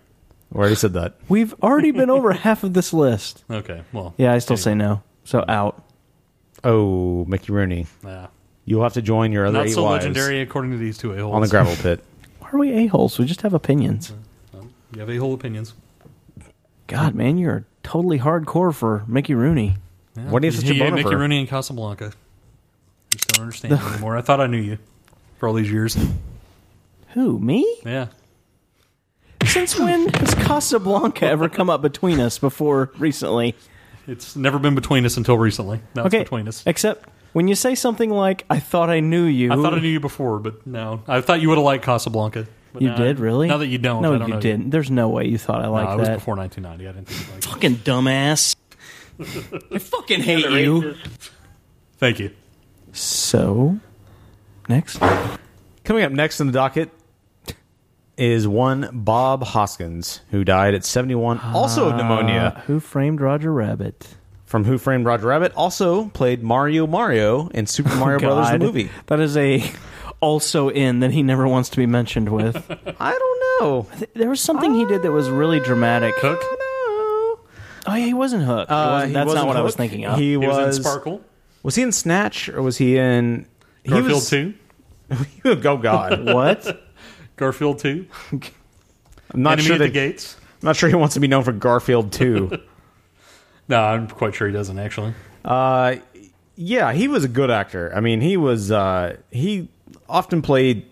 I already said that. We've already been [laughs] over half of this list. Okay, well, Yeah, I still say no. So out. Oh, Mickey Rooney. Yeah. You'll have to join your other Not eight so wives legendary according to these two a holes on the gravel [laughs] pit. Why are we a holes? We just have opinions. you have a hole opinions. God, man, you're totally hardcore for Mickey Rooney. What do you have such a He- boner Mickey for? Rooney and Casablanca. I just don't understand [laughs] you anymore. I thought I knew you for all these years. Who me? Yeah. Since when has Casablanca ever come up between us before recently? It's never been between us until recently. Now okay, it's between us. Except when you say something like, "I thought I knew you," I thought I knew you before, but no. I thought you would have liked Casablanca. but You now- did really? Now that you don't, no, I don't you know didn't. There's no way you thought I No, liked it was that. before 1990. I didn't [laughs] think you liked Fucking dumbass. I fucking hate you. Thank you. So, next. Coming up next in the docket is one Bob Hoskins, who died at 71, also of Uh, pneumonia, who framed Roger Rabbit? from Who Framed Roger Rabbit, also played Mario Mario in Super Mario Brothers [laughs] the God. Uh, movie. That is a also in that he never wants to be mentioned with. [laughs] I don't know. There was something he did that was really dramatic. Hook. Oh yeah, he wasn't Hook. He Uh, wasn't- he that's wasn't not what I was Hook. thinking of. He, was, Was he in Snatch or was he in Garfield [laughs] Two? oh [laughs] God, what? [laughs] Garfield Two. I'm not Enemy sure at the that- gates? I'm not sure he wants to be known for Garfield Two. [laughs] No, I'm quite sure he doesn't actually. Uh, yeah, he was a good actor. I mean, he was. Uh, he often played.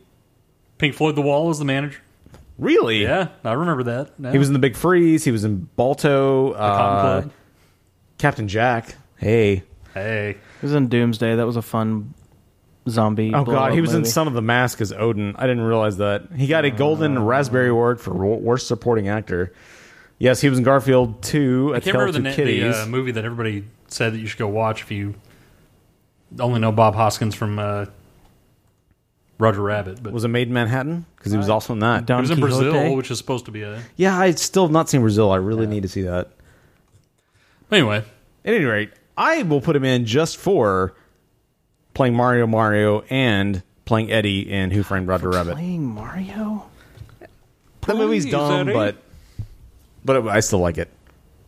Pink Floyd The Wall is the manager. Really? Yeah, I remember that. Yeah. He was in the Big Freeze. He was in Balto. Cotton uh, Club. Captain Jack. Hey. Hey. He was in Doomsday. That was a fun zombie. Oh blowout God, he was in movie. Son of the Mask as Odin. I didn't realize that he got a Golden Oh. Raspberry Award for wo- worst supporting actor. Yes, he was in Garfield Two. I A can't Tale remember the, of Two na- Kitties. the uh, movie that everybody said that you should go watch if you only know Bob Hoskins from uh, Roger Rabbit. But was it Made in Manhattan? Because he was also in that. he was in Brazil, which is supposed to be a. Yeah, I still have not seen Brazil. I really need to see that. Anyway. At any rate, I will put him in just for playing Mario Mario and playing Eddie in Who Framed Roger Rabbit. Playing Mario. That movie's Please, dumb, Eddie. but but it, I still like it.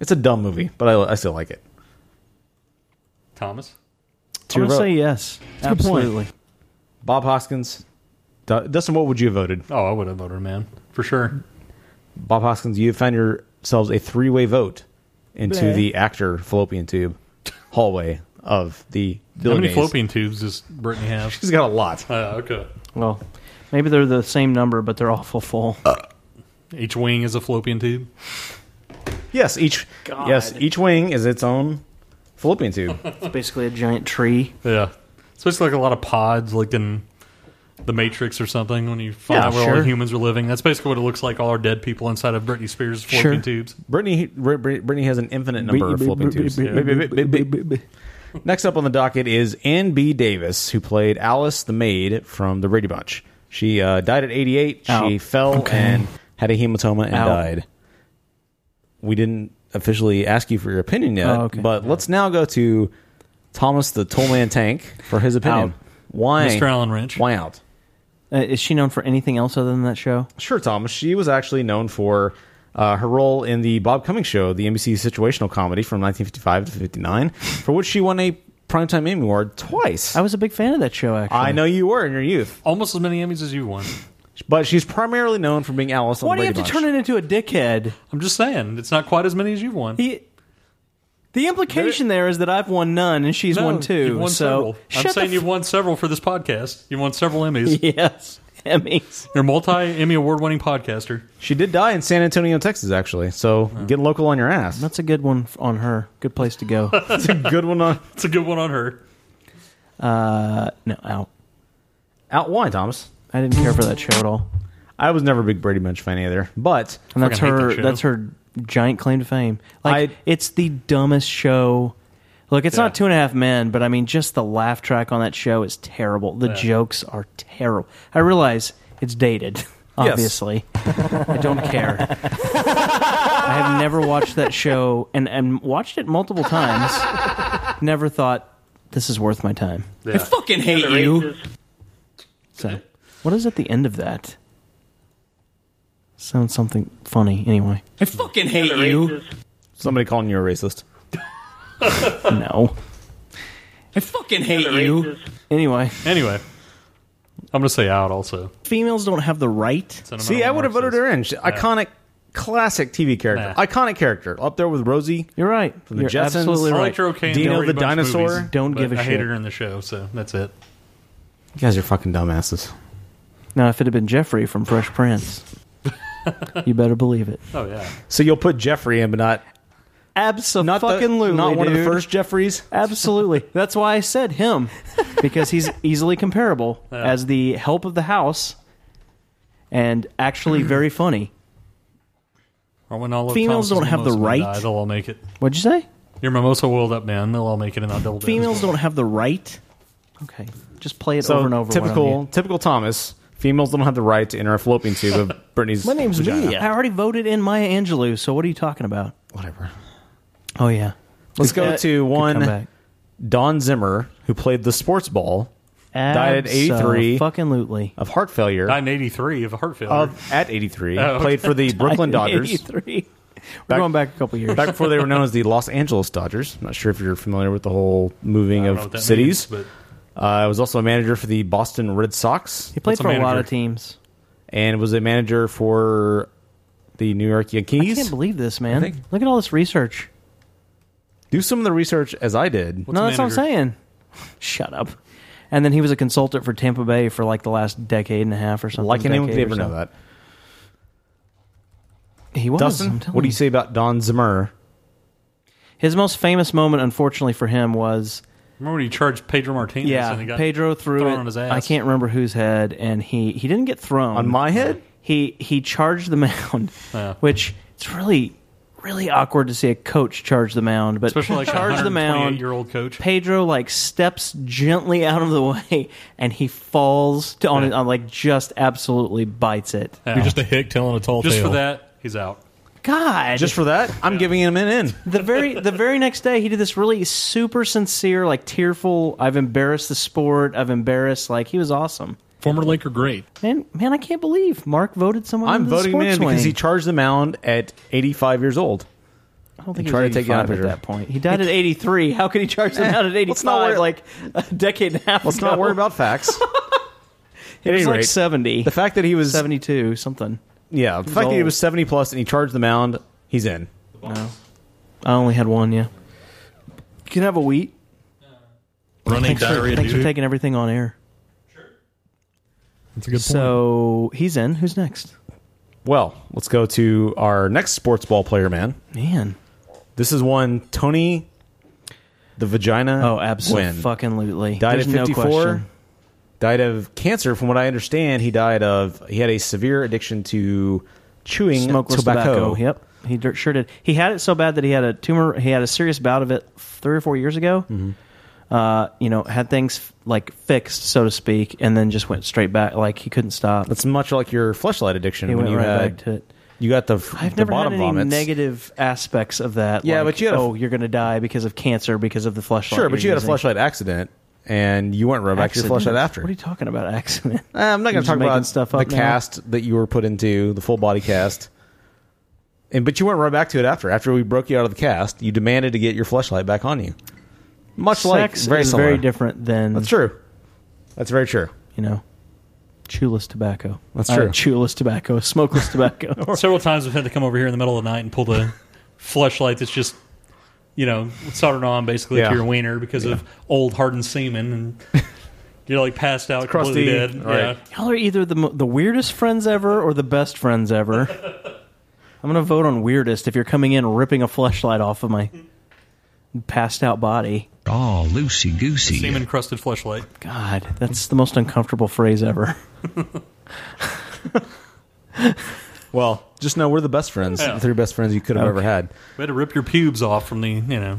It's a dumb movie, but I, I still like it. Thomas? To your I'm gonna vote. say yes. That's a good point. Absolutely. Bob Hoskins. Du- Dustin, what would you have voted? Oh, I would have voted man for sure. Bob Hoskins, you found yourselves a three-way vote into Bleh. the actor fallopian tube hallway of the. How many Billionaires. fallopian tubes does Brittany have? [laughs] She's got a lot. Uh, okay. Well, maybe they're the same number, but they're awful full. Each wing is a fallopian tube. Yes, each yes each wing is its own fallopian tube. it's basically a giant tree. Yeah. So it's like a lot of pods, like in The Matrix or something, when you find Yeah, out where all sure. the humans are living. That's basically what it looks like all our dead people inside of Britney Spears' fallopian tubes. Brittany Br- Br- Brittany has an infinite number of fallopian tubes. Next up on the docket is Ann B. Davis, who played Alice the maid from the Brady Bunch. She uh, died at 88. She Out. fell Okay. and had a hematoma and Out. died. We didn't officially ask you for your opinion yet, Oh, okay. but let's now go to Thomas the Tollman Tank for his opinion. Out. Why, Mr. Allen Wrench. Why out? Uh, is she known for anything else other than that show? Sure, Thomas. She was actually known for uh, her role in the Bob Cummings show, the NBC situational comedy from 1955 to 59, for which she won a Primetime Emmy Award twice. I was a big fan of that show, actually. I know you were in your youth. Almost as many Emmys as you won. But she's primarily known for being Alice on Why the do you have Brady to Bunch. turn it into a dickhead? I'm just saying, it's not quite as many as you've won. He, the implication there is that I've won none and she's No, won 2 You've won so several. I'm Shut the saying you've won several for this podcast. You've won several Emmys. [laughs] Yes, Emmys. You're a multi Emmy award winning podcaster. She did die in San Antonio, Texas, actually. So Oh. get local on your ass. That's a good one f- on her. Good place to go. [laughs] It's a good one on. It's a good one on her. Uh, no, out. Out why, Thomas? I didn't care for that show at all. I was never a big Brady Bunch fan either. But And that's her. that's her giant claim to fame. Like it's the dumbest show. Look, it's not Two and a Half Men, but I mean, just the laugh track on that show is terrible. The Yeah. jokes are terrible. I realize it's [laughs] dated. Obviously, I don't care. I have never watched that show and and watched it multiple times. Never thought this is worth my time. I fucking hate you. So, what is at the end of that? Sounds something funny. Anyway, I fucking hate you. Somebody calling you a racist. [laughs] [laughs] no. I fucking hate you. Anyway, Anyway, I'm going to say out also. females don't have the right. See, I would have voted her in. She's Yeah. Iconic, classic TV character. Nah. Iconic character. Up there with Rosie. You're right. From the You're Jetsons. absolutely I liked her okay in Dino Brady the Bunch dinosaur. movies, Don't but give a I hated shit. her in the show, so that's it. You guys are fucking dumbasses. Now, if it had been Jeffrey from Fresh [laughs] Prince, you better believe it. Oh, yeah. So you'll put Jeffrey in, but not Absolutely, the- [laughs] not one of the first Jeffreys. Absolutely, that's why I said [laughs] him because he's easily comparable as the help of the house, and [clears throat] actually very funny. Or when all of Females Thomas's don't have the mimosa right- Die, they'll all make [laughs] it. What'd you say? Your mimosa will up, man. They'll all make it and I'll double down. Females don't have the right. Okay, just play it So over and over. why don't you? typical, typical Thomas. Females don't have the right to enter a fallopian tube [laughs] of Britney's. My name's vagina. Mia. I already voted in Maya Angelou, so what are you talking about? Whatever. Oh yeah. Let's Good- go uh, to good comeback. one Don Zimmer, who played the sports ball died at 83 fucking lootly of heart failure. Died in 83 of heart failure. Of, at 83, Oh, okay. played [laughs] for the Died Brooklyn in Dodgers. 83. We're going back a couple years. Back before they were known as the Los Angeles Dodgers. Not sure if you're familiar with the whole moving I don't know what of that cities. means, uh, I was also a manager for the Boston Red Sox. He played What's a for a lot manager? of teams. And was a manager for the New York Yankees. I can't believe this, I man. think- Look at all this research. Do some of the research as I did. no, that's what I'm saying. Shut up. And then he was a consultant for Tampa Bay for like the last decade and a half or something. Like anyone could decade or ever know so. that. He was. Dustin, I'm telling what do you say about Don Zimmer? His most famous moment, unfortunately for him, was Remember when he charged Pedro Martinez? yeah, and he got Pedro threw thrown it. on his ass. I can't remember whose head, and he he didn't get thrown On my head. He he charged the mound, which it's really really awkward to see a coach charge the mound, but Especially like charge the mound. Year old coach. Pedro like steps gently out of the way, and he falls to, on it, on like just absolutely bites it. You're just a hick telling a tall Just tale. for that, he's out. God. Just for that, I'm giving him an in. The very the very next day, he did this really super sincere, like tearful. I've embarrassed the sport. I've embarrassed. Like he was awesome. Former Laker great. Man, man, I can't believe Mark voted someone. I'm into the voting him in sports because wing. he charged the mound at 85 years old. I don't think and he tried was to take it 85 out of at picture. that point. He died at 83. How could he charge them out at 85? Eh, Let's not worry- like a decade and a half. Let's ago? not worry about [laughs] facts. It any was like rate, 70. The fact that he was 72 something. Yeah, the He's fact that he old. was 70 plus and he charged the mound, he's in. No. I only had one. Yeah. Can I have a wheat? Running thanks diarrhea, For, thanks for dude. taking everything on air. That's a good So he's in. Who's next? Well, let's go to our next sports ball player, man. Man. This is one Tony the vagina. Oh, Wynn. absolutely. Died There's at no 54. question. died of cancer from what I understand. He died of he had a severe addiction to chewing Smokeless tobacco. Yep. He dir- sure did. He had it so bad that he had a tumor. He had a serious bout of it three or four years ago. Mm-hmm. Uh, you know, had things like fixed, so to speak, and then just went straight back. Like he couldn't stop. That's much like your fleshlight addiction He when went you right had back to it. you got the I've the never bottom had any vomits. negative aspects of that. Yeah, like, but you had a- oh, you're going to die because of cancer because of the flashlight. sure, but you you're had a using. fleshlight accident and you went right back to your Accident? fleshlight after. Eh, What are you talking about? Accident? [laughs] I'm You're not going to just talk making about stuff the up now? cast that you were put into, the full body cast. [laughs] And but you went right back to it after. After we broke you out of the cast, you demanded to get your fleshlight back on you. Much like Sex very is similar. very different than That's true. That's very true. You know, chewless tobacco. That's Uh, true. chewless [laughs] tobacco, smokeless tobacco. Several times we've had to come over here in the middle of the night and pull the [laughs] flashlight that's just, you know, soldered on basically Yeah. to your wiener because of old hardened semen, [laughs] and you're like passed out, crusty. completely dead. Right. Y'all are either the mo- the weirdest friends ever or the best friends ever. I'm gonna vote on weirdest if you're coming in ripping a fleshlight off of my passed out body. Oh, loosey Yeah. goosey. Semen encrusted flashlight. God, that's the most uncomfortable phrase ever. Well, just know we're the best friends, Yeah. the three best friends you could have ever Okay. had. We had to rip your pubes off from the, you know,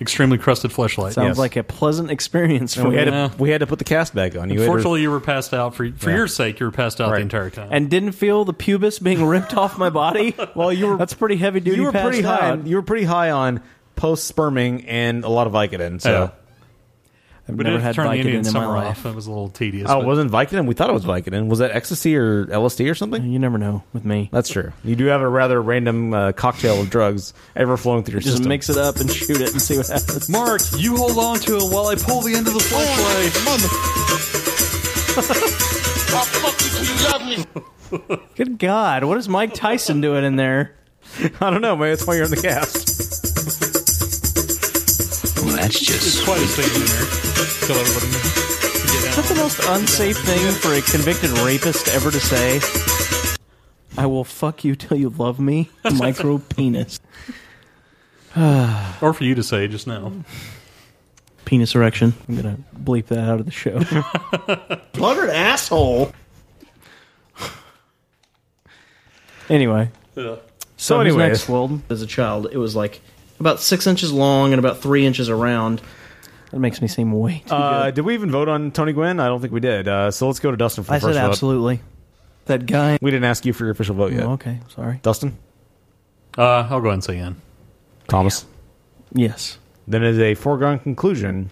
extremely crusted flashlight. Sounds like a pleasant experience for And we you. had to we had to put the cast back on. You had to- Fortunately, you were passed out for for Yeah. your sake. You were passed out the entire time. and didn't feel the pubis being ripped off [laughs] my body. well, you were that's pretty heavy duty. you were pretty passed high. out. On, you were pretty high on post sperming and a lot of Vicodin. So I've we never did had turn the Vicodin Indian in my summer life. off. It was a little tedious. oh, it but- wasn't Vicodin. We thought it was Vicodin. Was that ecstasy or LSD or something? You never know with me. That's true. You do have a rather random uh, cocktail of drugs ever flowing through your Just system. mix it up and shoot it and see what happens. Mark, you hold on to him while I pull the end of the flashlight. [laughs] Good God, what is Mike Tyson doing in there? [laughs] I don't know, man. That's why you're in the cast. Well, that's just quite a thing in there. Tell everybody to get Is that the most unsafe thing for a convicted rapist ever to say? I will fuck you till you [laughs] love me, micro penis. out. Or for you to say just now. penis erection. I'm gonna bleep that out of [laughs] the show. Blundered asshole. Anyway, Yeah. so, So his anyways. next world as a child, it was like about six inches long and about three inches around. That makes me seem way too [laughs] Uh, did we even vote on Tony Gwynn? I don't think we did. Uh, so let's go to Dustin for I the first said vote. absolutely. That guy. We didn't ask you for your official vote yet. Oh, okay, sorry. Dustin? Uh, I'll go ahead and say in. Thomas? Yes. Then it is a foregone conclusion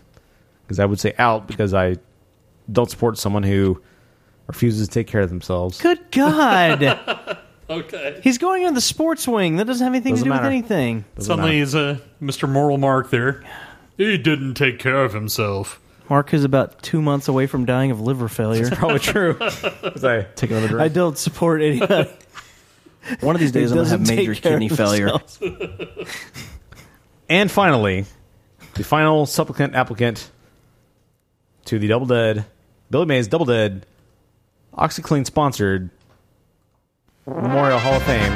because I would say out because I don't support someone who refuses to take care of themselves. Good [laughs] God. [laughs] Okay. He's going on the sports wing. That doesn't have anything Doesn't to do matter. with anything. Suddenly he's a Mr. uh, Moral Mark there. He didn't take care of himself. Mark is about two months away from dying of liver failure. That's probably [laughs] true. I take another I don't support anybody. One of these days, I'm gonna have major kidney failure. [laughs] [laughs] And finally, the final supplicant applicant to the Double Dead, Billy Mays Double Dead, OxyClean sponsored Memorial Hall of Fame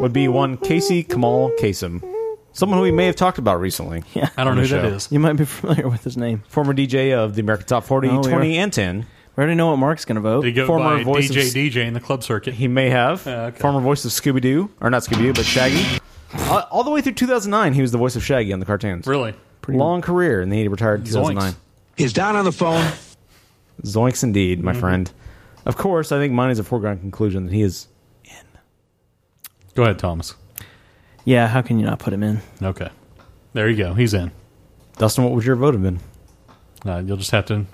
would be one Casey Kamal Kasem, someone who we may have talked about [laughs] recently. Yeah, I don't know who that is. You might be familiar with his name. Former DJ of the American Top 40, Oh, we 20, are. and 10. We already know what Mark's going to vote. Did he go Former Former by voice of DJ s- DJ in the club circuit. He may have. Former voice of Scooby Doo, or not Scooby Doo, but Shaggy. Uh, all the way through 2009, he was the voice of Shaggy on the cartoons. Really? Pretty long career, and then he retired in 2009. Is Don on the phone? Zoinks indeed, my Mm-hmm. Mhm. friend. Of course, I think mine is a foregone conclusion that he is in. Go ahead, Thomas. Yeah, how can you not put him in? Okay. There you go. He's in. Dustin, what would your vote have been? Uh, you'll just have to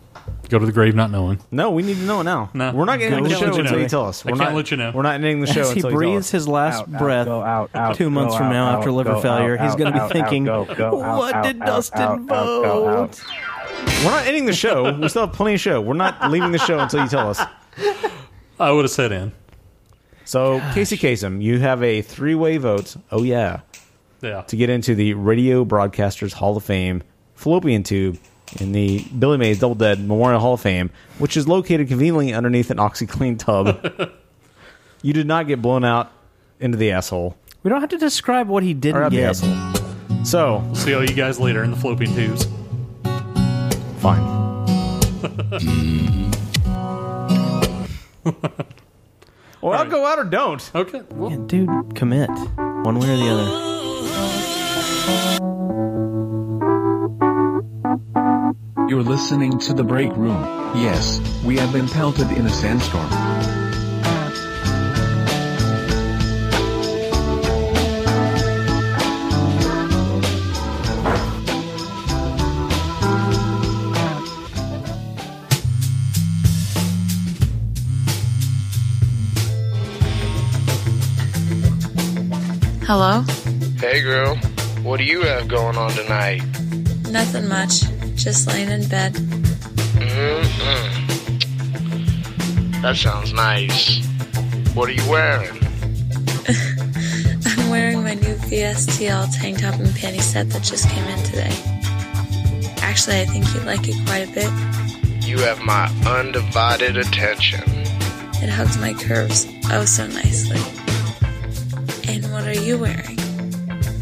go to the grave not knowing. No, we need to know now. No. We're not I getting the can't show let you until know. you tell us. I We're can't not, let you know. We're not ending the show As he until you tell breathes us. his last Out, out, breath go, out, out, two months go, from out, now out, after liver go, failure, out, he's going to be out, thinking, out, go, go, out, what out, did out, Dustin out, out, vote? go, out. We're not ending the show. We still have plenty of show. We're not leaving the show until you tell us. I would have said in. So, Casey Kasem, you have a three way vote. Oh, yeah. Yeah. To get into the Radio Broadcasters Hall of Fame fallopian tube in the Billy Mays Double Dead Memorial Hall of Fame, which is located conveniently underneath an OxyClean tub. [laughs] you did not get blown out into the asshole. We don't have to describe what he Or didn't up the get. asshole. So, We'll see all you guys later in the flopping tubes. Fine. Well, I'll go out [laughs] or don't. Okay. Yeah, dude, commit. One way or the other. You're listening to The Break Room. Yes, we have been pelted in a sandstorm. Hello? Hey, girl. What do you have going on tonight? Nothing much. Just laying in bed. Mm-mm. Mm-hmm. That sounds nice. What are you wearing? I'm wearing my new VSTL tank top and panty set that just came in today. Actually, I think you'd like it quite a bit. You have my undivided attention. It hugs my curves oh so nicely. And what are you wearing?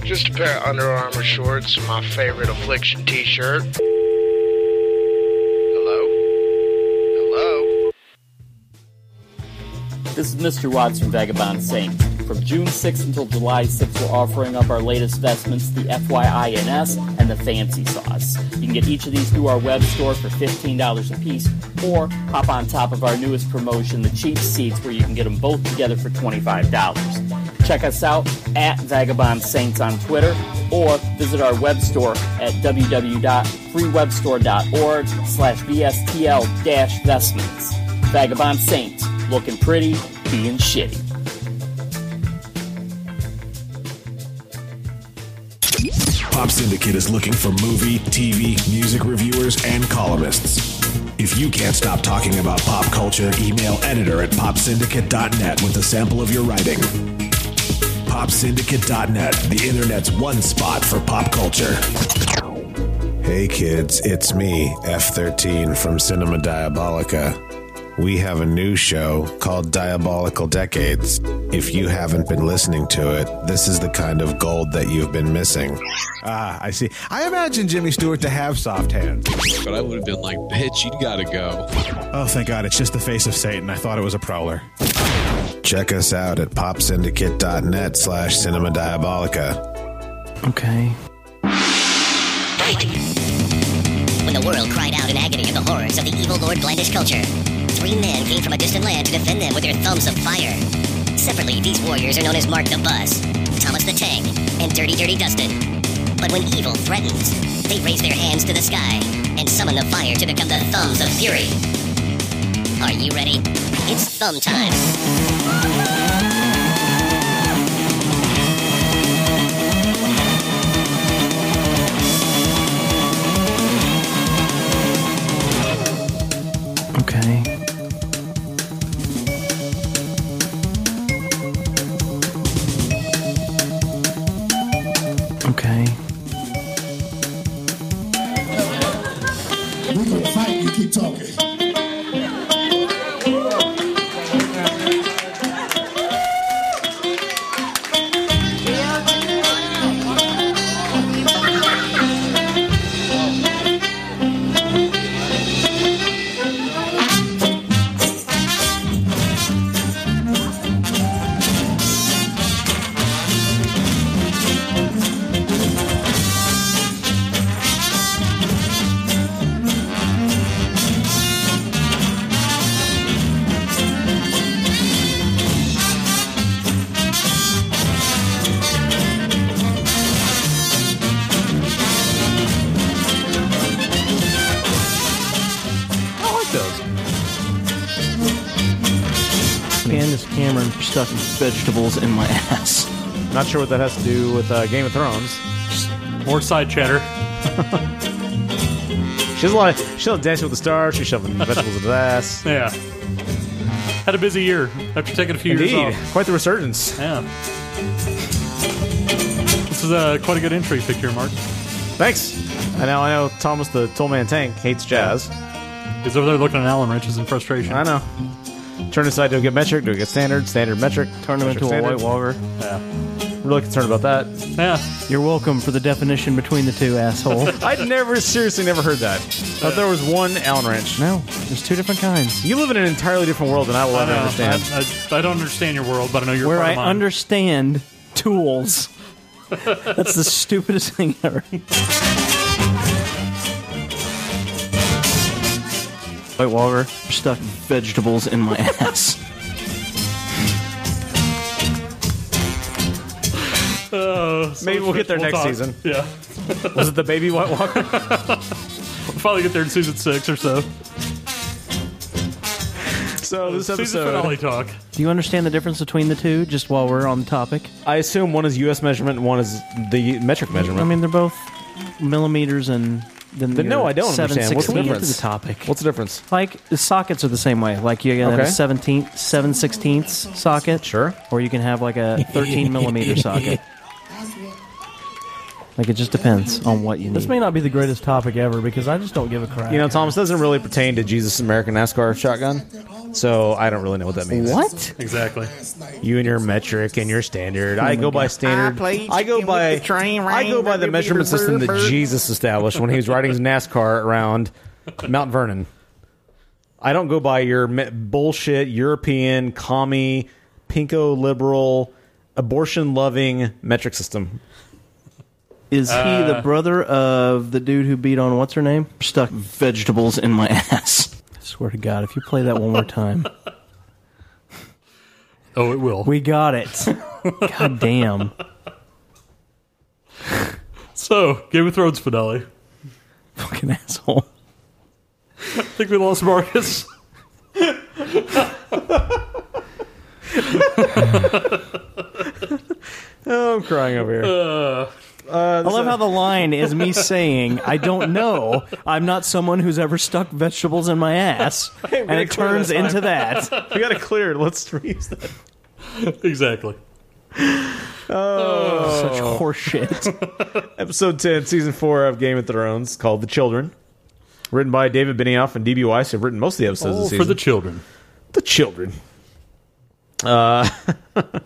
Just a pair of Under Armour shorts, and my favorite affliction t shirt. Hello? Hello? This is Mr. Watts from Vagabond Saint. From June 6th until July 6th, we're offering up our latest vestments, the FYINS and the Fancy Sauce. You can get each of these through our web store for $15 a piece, or hop on top of our newest promotion, the Cheap Seats, where you can get them both together for $25. Check us out at Vagabond Saints on Twitter, or visit our web store at www.freewebstore.org slash VSTL dash vestments. Vagabond Saints, looking pretty, being shitty. Pop Syndicate is looking for movie, TV, music reviewers, and columnists. If you can't stop talking about pop culture, email editor at popsyndicate.net with a sample of your writing. Popsyndicate.net, the internet's one spot for pop culture. Hey kids, it's me, F13 from Cinema Diabolica. We have a new show called Diabolical Decades. If you haven't been listening to it, this is the kind of gold that you've been missing. Ah, I see. I imagine Jimmy Stewart to have soft hands. But I would have been like, bitch, you gotta go. Oh, thank God, it's just the face of Satan. I thought it was a prowler. Check us out at popsyndicate.net slash cinema diabolica. Okay. When the world cried out in agony at the horrors of the evil Lord Blandish culture, three men came from a distant land to defend them with their thumbs of fire. Separately, these warriors are known as Mark the Bus, Thomas the Tank, and Dirty Dirty Dustin. But when evil threatens, they raise their hands to the sky and summon the fire to become the thumbs of fury. Are you ready? It's thumb time. Okay. Okay. We can fight, you keep talking. Oh, I like those. Candace Cameron stuck vegetables in my [laughs] ass. Not sure what that has to do with uh, Game of Thrones. More side chatter. [laughs] she has a lot. Of, she loves Dancing with the Stars. She's [laughs] shoving vegetables in the ass. Yeah. Had a busy year after taking a few Indeed, years off. quite the resurgence. Yeah. This is uh, quite a good entry pick here, Mark. Thanks. I know. I know. Thomas the Tollman Tank hates jazz. He's over there looking at Allen wrenches in frustration. I know. Turn aside. Do I get metric? Do I get standard? Standard metric. Turn him into a White Walker. Yeah. Really concerned about that. [laughs] Yeah. You're welcome for the definition between the two, asshole. I'd never, seriously, never heard that. But there was one Allen wrench. No, there's two different kinds. You live in an entirely different world than I will I, ever know. understand. I, I, I don't understand your world, but I know you're Where part I of mine. understand tools. That's the stupidest thing ever. White Walker stuck vegetables in my [laughs] ass. Uh, Maybe we'll get there next talk. season. Yeah. [laughs] Was it the baby White Walker? we'll [laughs] probably get there in season six or so. So this season episode- finale talk. Do you understand the difference between the two? Just while we're on the topic, I assume one is U.S. measurement and one is the metric measurement. I mean they're both millimeters and then. Then no, your I don't seven understand. What's the sixteenth difference? to the topic. What's the difference? Like the sockets are the same way. Like you can have Okay. a seventeenth, seven sixteenths socket, sure, or you can have like a thirteen [laughs] millimeter socket. Like it just depends on what you This need. may not be the greatest topic ever because I just don't give a crap. You know, Thomas doesn't really pertain to Jesus American NASCAR shotgun, so I don't really know what that means. What? Exactly. You and your metric and your standard. I go by standard. I go by I go by the measurement system that Jesus established when he was riding his NASCAR around Mount Vernon. I don't go by your me- bullshit European commie pinko liberal abortion loving metric system. Is Uh, he the brother of the dude who beat on what's her name? Stuck vegetables in [laughs] my ass. I swear to God, if you play that one more time. [laughs] Oh, it will. We got it. [laughs] God damn. So, Game of Thrones finale. Fucking asshole. I think we lost [laughs] Marcus. Oh, I'm crying Uh, over here. Uh, I love how the line is [laughs] me saying, I don't know. I'm not someone who's ever stuck vegetables in my ass. [laughs] Hey, we and gotta it clear turns this line. into that. we got it cleared. Let's reuse [laughs] that. exactly. [laughs] Oh, Such horseshit. [laughs] Episode 10, Season 4 of Game of Thrones, called The Children. Written by David Benioff and D.B. Weiss, who've written most of the episodes All this Oh, for season. the children. The children. Uh,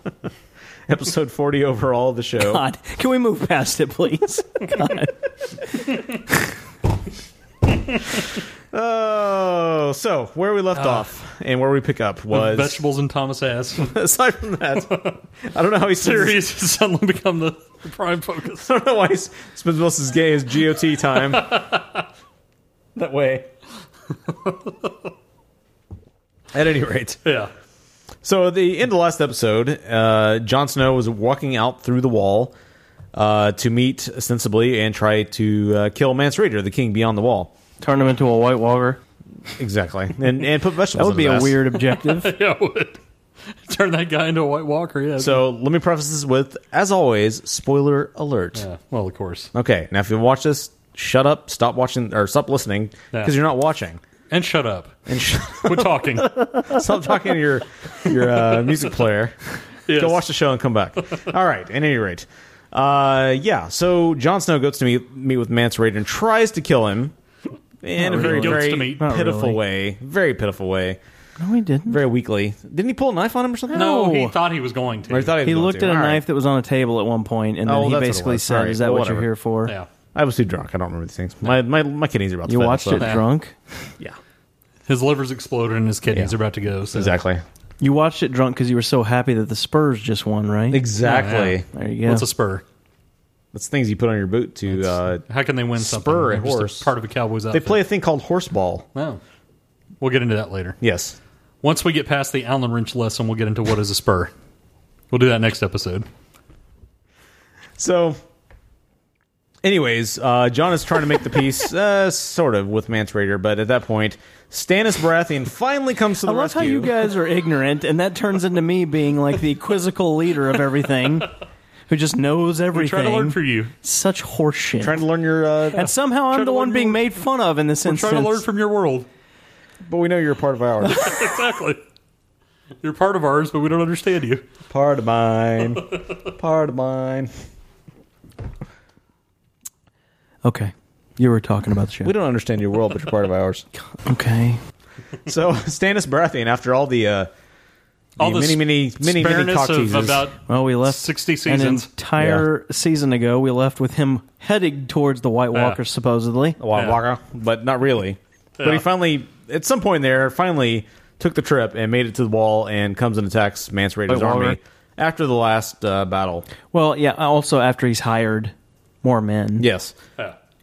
[laughs] episode 40 overall of the show. God, can we move past [laughs] it, please? God. Oh, so where we left Ah. off and where we pick up was. vegetables in Thomas' ass. [laughs] Aside from that, I don't know how he says- serious has suddenly become the, the prime focus. I don't know why he spends most of his game his [laughs] GOT time that way. At any rate. Yeah. So at the end of the last episode, uh, Jon Snow was walking out through the wall uh, to meet ostensibly and try to uh, kill Mance Raider, the king beyond the wall. Turn him into a White Walker. Exactly, and and put vegetables. [laughs] That would in be his a ass. [laughs] weird objective. [laughs] yeah, I would. Turn that guy into a White Walker. Yeah. So let me preface this with, as always, spoiler alert. Yeah, well, of course. Okay, now if you watch this, shut up, stop watching, or stop listening Yeah. because you're not watching. And shut up. And sh- Quit [laughs] [laughs] talking. stop talking to your your uh, music player. Go watch the show and come back. All right. At any rate, uh, yeah. So Jon Snow goes to meet meet with Mance Raider and tries to kill him in Not a very really. Goes to very meet. Not pitiful really. way. Very pitiful way. No, he didn't. Very weakly. Didn't he pull a knife on him or something? No, he thought he was going to. Or he thought he was He going looked to. at a All right. knife that was on a table at one point, and Oh, then well, he that's what it basically was. said, Sorry. "Is that Well, what you're whatever. here for?" I was too drunk. I don't remember these things. My my, my kidneys are about. You to fail, watched so- it drunk. Yeah. His liver's exploded and his kidneys Yeah. are about to go. So. Exactly. You watched it drunk because you were so happy that the Spurs just won, right? Exactly. There you go. What's a spur? That's things you put on your boot to. Uh, How can they win something? spur a They're just horse? part of a Cowboys They outfit. play a thing called horseball. No. We'll get into that later. Yes. Once we get past the Allen wrench lesson, we'll get into what is a spur. We'll do that next episode. So, anyways, uh, John is trying to make the [laughs] peace, uh, sort of, with Mance Raider, but at that point, Stannis Baratheon finally comes to I the love rescue. how you guys are ignorant, and that turns into me being like the quizzical leader of everything, who just knows We everything. try to learn for you. Such horseshit. Trying to learn your. Uh, and somehow Trying I'm to the one learn being made fun of in this We're instance. trying to learn from your world. But we know you're a part of ours. exactly. You're part of ours, but we don't understand you. part of mine. part of mine. okay, you were talking about the show. We don't understand your world, but you're part of ours. [laughs] Okay, So, [laughs] Stannis Baratheon, after all the. Uh, All the this many, many, many, many spareness cock of teases. about- well, we left 60 an seasons. entire season ago. We left with him heading towards the White Yeah. Walkers, supposedly. a White Walker, but not really. But he Yeah. finally, at some point there, finally took the trip and made it to the wall and comes and attacks Mance Raider's White Walker. army after the last uh, battle. Well, yeah. Also, after he's hired more men. Yes.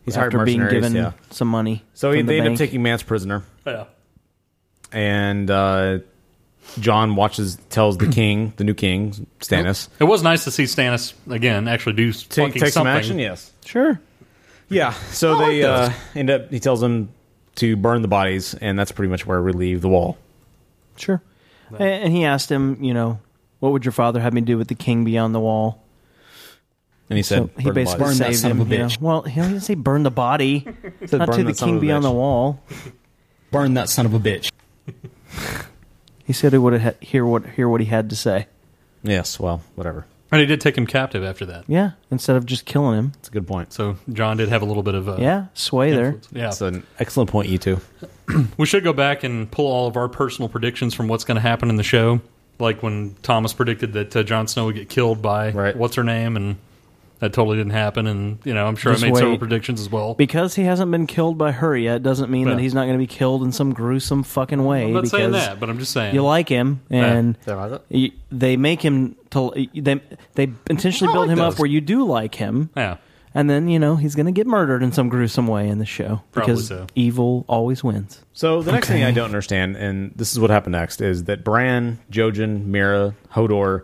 He's hired after being mercenaries, given yeah. some money. So he, from the they end up bank. taking Mance prisoner, Yeah. and uh, John watches, tells [clears throat] the king, the new king, Stannis. It was nice to see Stannis again actually do fucking take some something. action, yes. Sure. Oh, Yeah, so I they like those. uh, end up. He telves them to burn the bodies, and that's pretty much where we leave the wall. Sure. A- And he asked him, you know, what would your father have me do with the king beyond the wall? And he said, So he basically saved him. you know. Well, he didn't say burn the [laughs] body. said, Not "Burn to the that son of king a beyond bitch." the wall. Burn that son of a bitch. [laughs] He said he would ha- hear what hear what he had to say. Yes, well, whatever. And he did take him captive after that. Yeah, instead of just killing him. That's a good point. So John did have a little bit of uh, yeah, sway there. Yeah. That's an excellent point, you two. We should go back and pull all of our personal predictions from what's going to happen in the show, like when Thomas predicted that uh, Jon Snow would get killed by what's her name, and that totally didn't happen. And you know, I'm sure Just I made several wait. predictions as well. Because he hasn't been killed by her yet doesn't mean Yeah. that he's not going to be killed in some gruesome fucking way. I'm not because saying that, but I'm just saying you like him, Yeah. and y- they make him to they they intentionally I build like him up those. where you do like him. Yeah. And then you know he's going to get murdered in some gruesome way in the show Probably because so. evil always wins. So the next thing Okay. I don't understand, and this is what happened next, is that Bran, Jojen, Mira, Hodor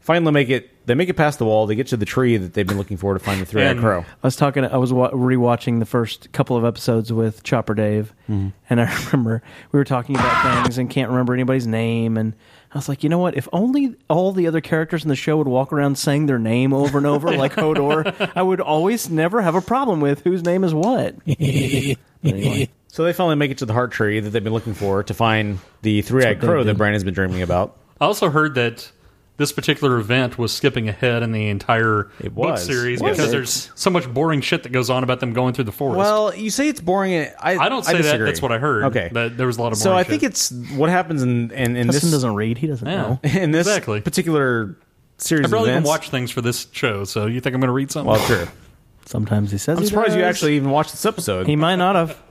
finally make it. They make it past the wall. They get to the tree that they've been looking for to find the three-eyed [laughs] crow. I was talking. I was wa- rewatching the first couple of episodes with Chopper Dave, Mhm. and I [laughs] remember we were talking about things and can't remember anybody's name. And I was like, you know what? If only all the other characters in the show would walk around saying their name over and over, [laughs] like Hodor, I would always never have a problem with whose name is what. Anyway. So they finally make it to the heart tree that they've been looking for to find the three-eyed what they crow that did. Bran has been dreaming about. I also heard that this particular event was skipping ahead in the entire book was. series Was because it? there's so much boring shit that goes on about them going through the forest. Well, you say it's boring. and I I don't say that. disagree. That's what I heard. Okay, that there was a lot of. So boring I think shit. it's what happens in in, in this Justin doesn't read. He doesn't Yeah. [laughs] know. in this particular series. I barely of even events. watch things for this show, so you think I'm going to read something? [laughs] Well, [laughs] sure. Sometimes he says. I'm he surprised you does. actually even watched this episode. He might not have.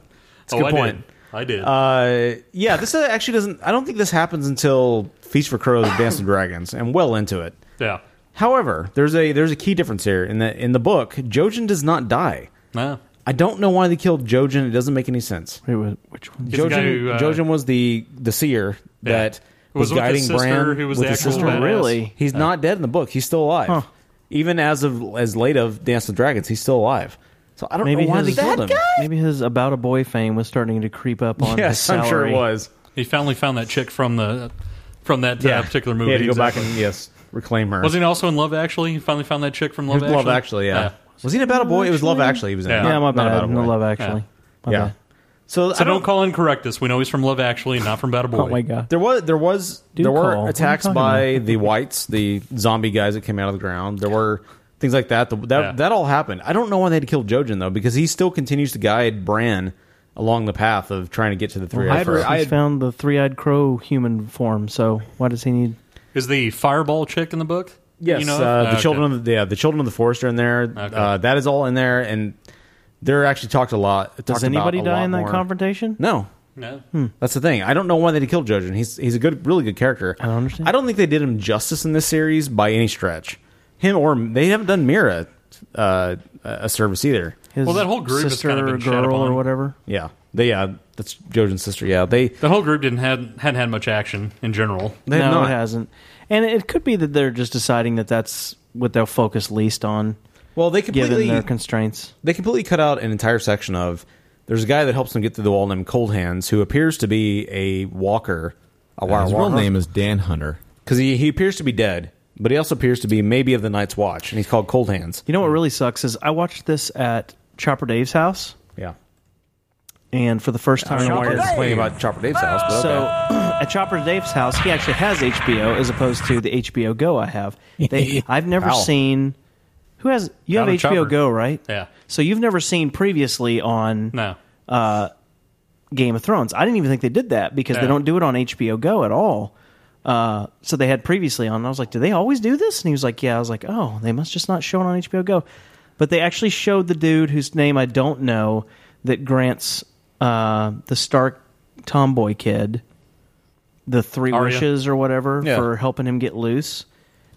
That's a good Oh, I point. Did. I did. Uh, yeah, this actually doesn't. I don't think this happens until Feast for Crows, and Dance of Dragons, and well into it. yeah. However, there's a there's a key difference here in the in the book. Jojen does not die. No. I don't know why they killed Jojen. It doesn't make any sense. which one? He's the guy Jojen, who, uh, Jojen was the the seer Yeah. that Who was, was with guiding his sister, Bran. who was with the his actual sister. badass. Really? He's Yeah. not dead in the book. He's still alive. even as of as late of Dance with Dragons, he's still alive. So I don't maybe know why they his, killed him. Maybe his about a boy fame was starting to creep up on. his salary. He finally found that chick from the from that uh, particular movie. He had to go exactly. back and yes, reclaim her. Wasn't he also in Love Actually? He finally found that chick from Love Love, Actually. Actually, yeah. Was he in About a Boy? It was Love Actually. He was in. Yeah. Yeah, my Not bad. About a No, Boy. Love Actually. Yeah. My Yeah. bad. So, So I don't. don't call and correct us. We know he's from Love Actually, not from [laughs] Bad Boy. Oh my god! There was there was Do there call. were What attacks are you talking by about? the whites, the zombie guys that came out of the ground. There were things like that. The- that that all happened. I don't know why they had to kill Jojen though, because he still continues to guide Bran along the path of trying to get to the three. Well, he's found the three-eyed crow human form. So why does he need? Is the Fireball chick in the book? Yes, You know? uh, the Oh, Okay. children of the yeah, the children of the forest are in there. Uh, that is all in there, and they're actually talked a lot. talked Does about anybody a die lot in that more. confrontation? No, No. That's the thing. I don't know why they did kill Jojen. He's he's a good, really good character. I don't understand. I don't think they did him justice in this series by any stretch. Him or they haven't done Mira uh, a service either. well, that whole group has kind of been shed upon. whatever. Yeah, they yeah, that's Jojen's sister. Yeah, they That whole group didn't had hadn't had much action in general. no, it hasn't. And it could be that they're just deciding that that's what they'll focus least on. Well, they completely- given their constraints. they completely cut out an entire section of. There's a guy that helps them get through the wall named Cold Hands, who appears to be a walker. A Uh, wire his real walker. name is Dan Hunter. because he, he appears to be dead, but he also appears to be maybe of the Night's Watch, and he's called Cold Hands. You know what really sucks is I watched this at Chopper Dave's house. Yeah. And for the first time, I don't know why watched- you're complaining about Chopper Dave's house. But So okay. at Chopper Dave's house, he actually has HBO as opposed to the HBO Go I have. [laughs] They, I've never Ow. seen. Who has you have Not a HBO Chopper. Go right? Yeah. So you've never seen previously on no. uh, Game of Thrones. I didn't even think they did that because they Yeah. don't do it on HBO Go at all. Uh, so they had previously on. And I was like, do they always do this? And he was like, yeah. I was like, oh, they must just not show it on HBO Go. But they actually showed the dude whose name I don't know that grants uh, the Stark tomboy kid the three Arya. wishes or whatever Yeah. for helping him get loose.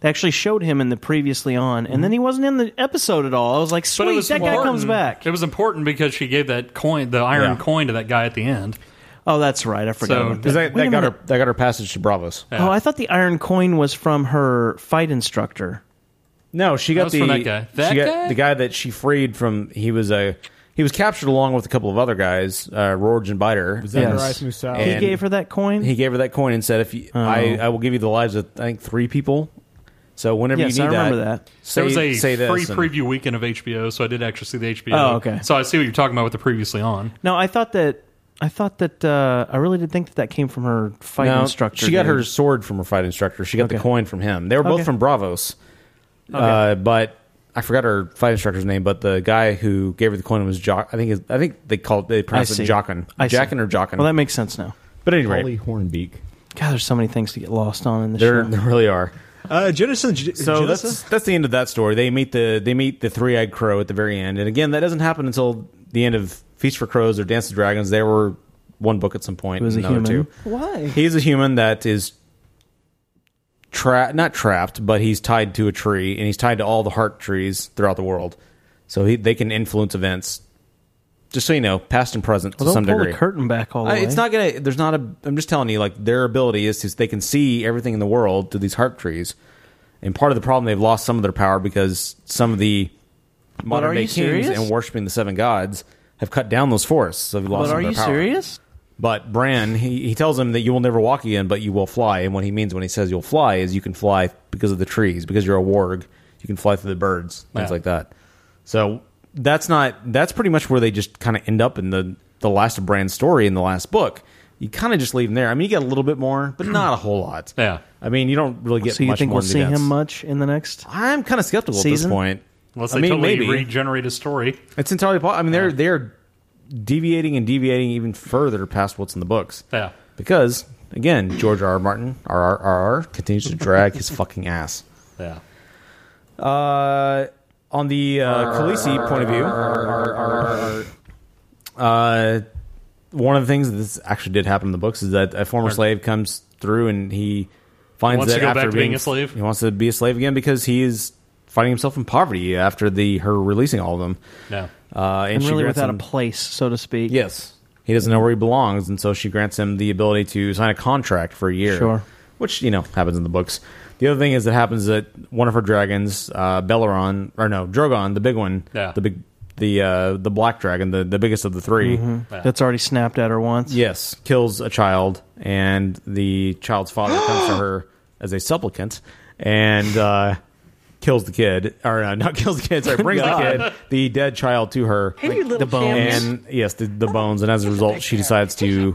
They actually showed him in the previously on, and then he wasn't in the episode at all. I was like, But it sweet, was that guy comes important- back. It was important because she gave that coin, the iron Yeah. coin, to that guy at the end. Oh, that's right. I forgot. So- about that. Because that, Wait that a got minute. her that got her passage to Bravos. Oh, I thought the iron coin was from her fight instructor. no, she That got was the from that guy. she That got- guy? the guy that she freed from. He was a he was captured along with a couple of other guys, uh, Rorge and Biter. Was He gave her that coin. Oh. he gave her that coin and said, "If you, I, I will give you the lives of I think three people." So whenever Yes, you I need remember that. say, there was a say this free and- preview weekend of HBO, so I did actually see the HBO. Oh, okay. So I see what you're talking about with the previously on. No, I thought that. I thought that. Uh, I really did think that that came from her fight No, instructor. She got dude. her sword from her fight instructor. She got the Okay. coin from him. They were both Okay. from Bravos, uh, Okay. but I forgot her fight instructor's name. But the guy who gave her the coin was Jock. I think his- I think they called they I pronounced see. it Jockin. I see. Jockin or Jockin. Well, that makes sense now. But anyway, Holly Hornbeak. God, there's so many things to get lost on in the [laughs] There- show. there really are. Uh, Jonathan. so that's that's the end of that story. They meet the they meet the three eyed crow at the very end, and again that doesn't happen until the end of Feast for Crows or Dance of Dragons. They were one book at some point. It was a another human. Two. Why? He's a human that is trapped, not trapped, but he's tied to a tree, and he's tied to all the heart trees throughout the world. So he, they can influence events. Just so you know, past and present Well, to don't some pull degree. the curtain back all the I- way. It's not gonna. There's not a. I'm just telling you, like their ability is to they can see everything in the world through these heart trees, and part of the problem they've lost some of their power because some of the modern are day you kings serious? and worshiping the seven gods have cut down those forests. So they've lost But some are of their you power. serious? But Bran, he, he tells him that you will never walk again, but you will fly. And what he means when he says you'll fly is you can fly because of the trees, because you're a warg. You can fly through the birds, things Yeah. like that. So that's not that's pretty much where they just kind of end up in the the last of Bran's story in the last book. You kind of just leave him there. I mean, you get a little bit more, but not a whole [clears throat] lot. Yeah. I mean, you don't really get so you much think more we'll than see that's- him much in the next? I'm kind of skeptical season? at this point. Unless I they mean, totally maybe. regenerate a story. It's entirely possible. I mean, they're they're deviating and deviating even further past what's in the books. Yeah. Because again, George R. R. Martin R R R R continues to drag [laughs] his fucking ass. Yeah. Uh, on the uh, Khaleesi point of view, uh, one of the things that this actually did happen in the books is that a former slave comes through and he finds Wants that to go after back to being a slave? he wants to be a slave again because he is finding himself in poverty after the her releasing all of them. Yeah. Uh, and, And she really grants without a him- place, so to speak. Yes. He doesn't know where he belongs, and so she grants him the ability to sign a contract for a year. Sure. which you know happens in the books. The other thing is that happens that one of her dragons, uh, Belleron, or no, Drogon, the big one, Yeah. the big, the uh, the black dragon, the, the biggest of the 3 Mhm. That's already snapped at her once. Yes, kills a child, and the child's father [gasps] comes to her as a supplicant and uh, kills the kid, or uh, not [laughs] kills the kid, sorry, brings [laughs] the God. kid, the dead child to her, Hey, you little the bones, champion. and yes, the, the bones, and as a result, she decides to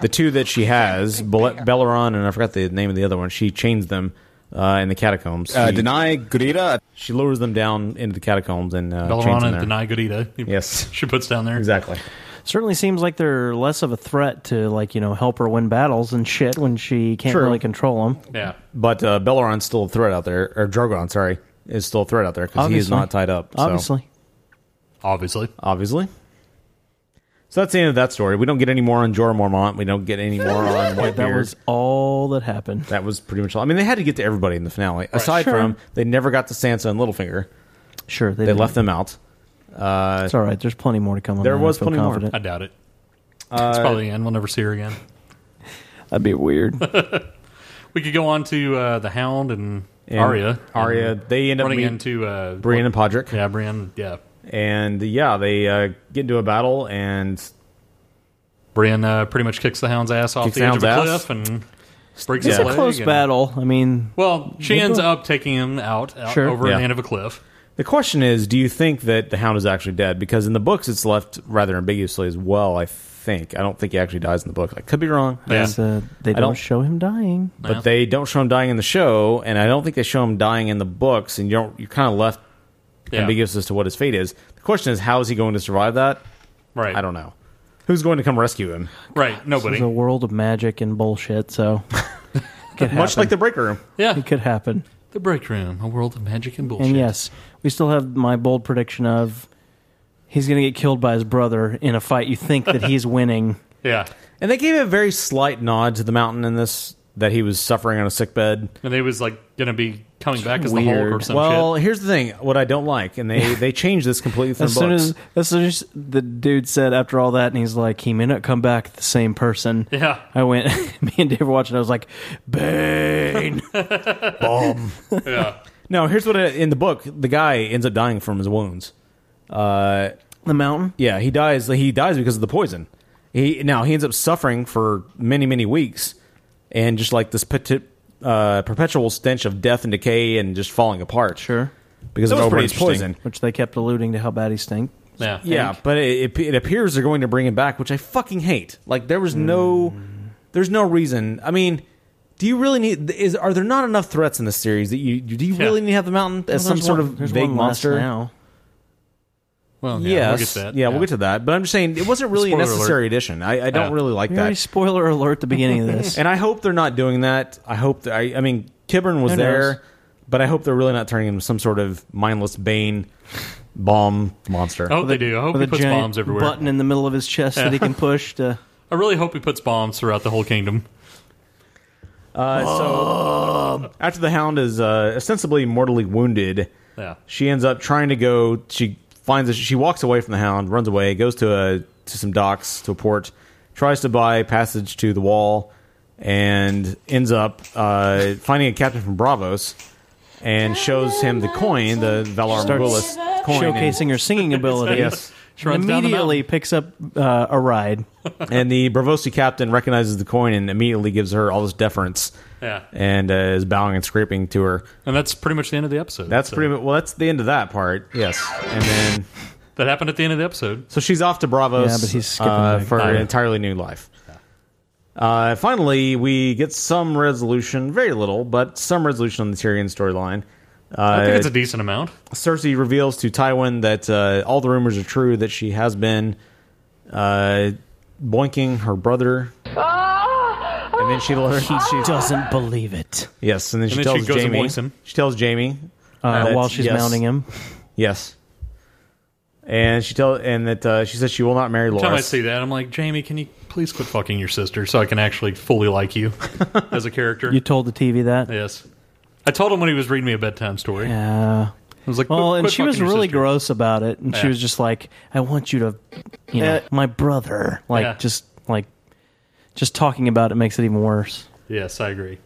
the two that she has, Bel- Belleron, and I forgot the name of the other one. She chains them. Uh, in the catacombs, Uh, Denai Gurita. She lowers them down into the catacombs and uh, Belleron chains them and there. Denai Gurita. Yes, she puts down there exactly. Certainly seems like they're less of a threat to like you know help her win battles and shit when she can't True. really control them. Yeah. But uh, Belleron's still a threat out there, or Drogon, sorry, is still a threat out there because he is Obviously. not tied up. so- Obviously. Obviously. Obviously. So that's the end of that story. We don't get any more on Jorah Mormont. We don't get any more on [laughs] Whitebeard. that was all that happened. That was pretty much all. I mean, they had to get to everybody in the finale. Aside Sure. from, they never got to Sansa and Littlefinger. Sure, they, didn't. left them out. Uh, It's all right. There's plenty more to come. On There that. was I feel plenty more. Uh, confident. I doubt it. It's probably the end. We'll never see her [laughs] again. That'd be weird. [laughs] We could go on to uh, the Hound and, And Arya. Arya, And they end up running meet- into uh, Brienne and Podrick. Yeah, Brienne. Yeah, and yeah, they uh, get into a battle and Brienne uh, pretty much kicks the Hound's ass off Kicks the edge of the a Hound's cliff and breaks It's his a leg. close and- battle. I mean, Well, she They ends go- up taking him out, out Sure. over Yeah. the end of a cliff. The question is, do you think that the hound is actually dead? Because in the books, it's left rather ambiguously as well. I think I don't think he actually dies in the book. I could be wrong. Yes, uh, they I don't, show him dying. but they don't show him dying in the show, and I don't think they show him dying in the books. And you don't, you're kind of left Yeah. ambiguous as to what his fate is. The question is, how is he going to survive that? Right. I don't know. Who's going to come rescue him? Right. This Nobody. is a world of magic and bullshit. [laughs] So, Much like the break room. Yeah, it could happen. The break room, a world of magic and bullshit. And yes, we still have my bold prediction of he's going to get killed by his brother in a fight you think that [laughs] he's winning. Yeah. And they gave a very slight nod to the mountain in this that he was suffering on a sickbed. And they was like gonna be coming back as the Hulk or Weird. some well, here's the thing: what I don't like, [laughs] and they they changed this completely from As the soon books. as, as soon as the dude said after all that, and he's like, he may not come back the same person. Yeah. I went, [laughs] me and Dave were watching, I was like, Bane. [laughs] Bomb. Yeah. No, here's what it, in the book the guy ends up dying from his wounds. Uh, the mountain. Yeah, he dies. He dies because of the poison. He now he ends up suffering for many many weeks, and just like this peti- uh, perpetual stench of death and decay and just falling apart. Sure, because That of was pretty overage poison. Which they kept alluding to how bad he stink. Yeah, Yeah, but it, it, it appears they're going to bring him back, which I fucking hate. Like there was no, there's no reason. I mean, do you really need? Is are there not enough threats in this series that you do you really need to have the mountain as some sort of vague monster? Well, yes, yeah, we'll get to that. yeah, we'll get to that. But I'm just saying it wasn't really Spoiler a necessary alert. addition. I, I don't Yeah. really like Very that. spoiler alert at the beginning of this. [laughs] and I hope they're not doing that. I hope that I, I mean Kibern was Who knows? there, but I hope they're really not turning him into some sort of mindless Bane bomb monster. I hope they do. I hope With he a puts giant bombs everywhere. Button in the middle of his chest that [laughs] he can push to. I really hope he puts bombs throughout the whole kingdom. Uh, so after the hound is uh, ostensibly mortally wounded, Yeah. she ends up trying to go. She finds a, she walks away from the hound, runs away, goes to a to some docks to a port, tries to buy passage to the wall, and ends up uh, finding a captain from Bravos, and shows him the coin, the Valar starts Morghulis coin, and- showcasing her [laughs] singing ability. Yes. She runs And down the immediately picks up uh, a ride. [laughs] and the Bravosi captain recognizes the coin and immediately gives her all this deference. Yeah. And uh, is bowing and scraping to her. And that's pretty much the end of the episode. That's so. pretty much well. That's the end of that part. Yes, and then That happened at the end of the episode. so she's off to Bravos. Yeah, but he's skipping uh, back. for I an know. entirely new life. Uh, finally, we get some resolution. Very little, but some resolution on the Tyrion storyline. Uh, I think it's a decent amount. Cersei reveals to Tywin that uh, all the rumors are true. That she has been uh, boinking her brother, and then [laughs] she learns [laughs] she doesn't believe it. Yes, and then And then she she tells goes and Jamie. boinks him. She tells Jamie Uh, that- while she's yes. mounting him. Yes, and she tell and that uh, she says she will not marry Every time I Loras. see that, I'm like, Jamie, can you please quit fucking your sister so I can actually fully like you as a character? You told [laughs] the TV that. yes. I told him when he was reading me a bedtime story. Yeah. I was like, well, quit- and quit she was fucking your really gross about it, and she Yeah. was just like, "I want you to, you know, Eh. my brother." Like, Yeah. just like, just talking about it makes it even worse. Yes, I agree.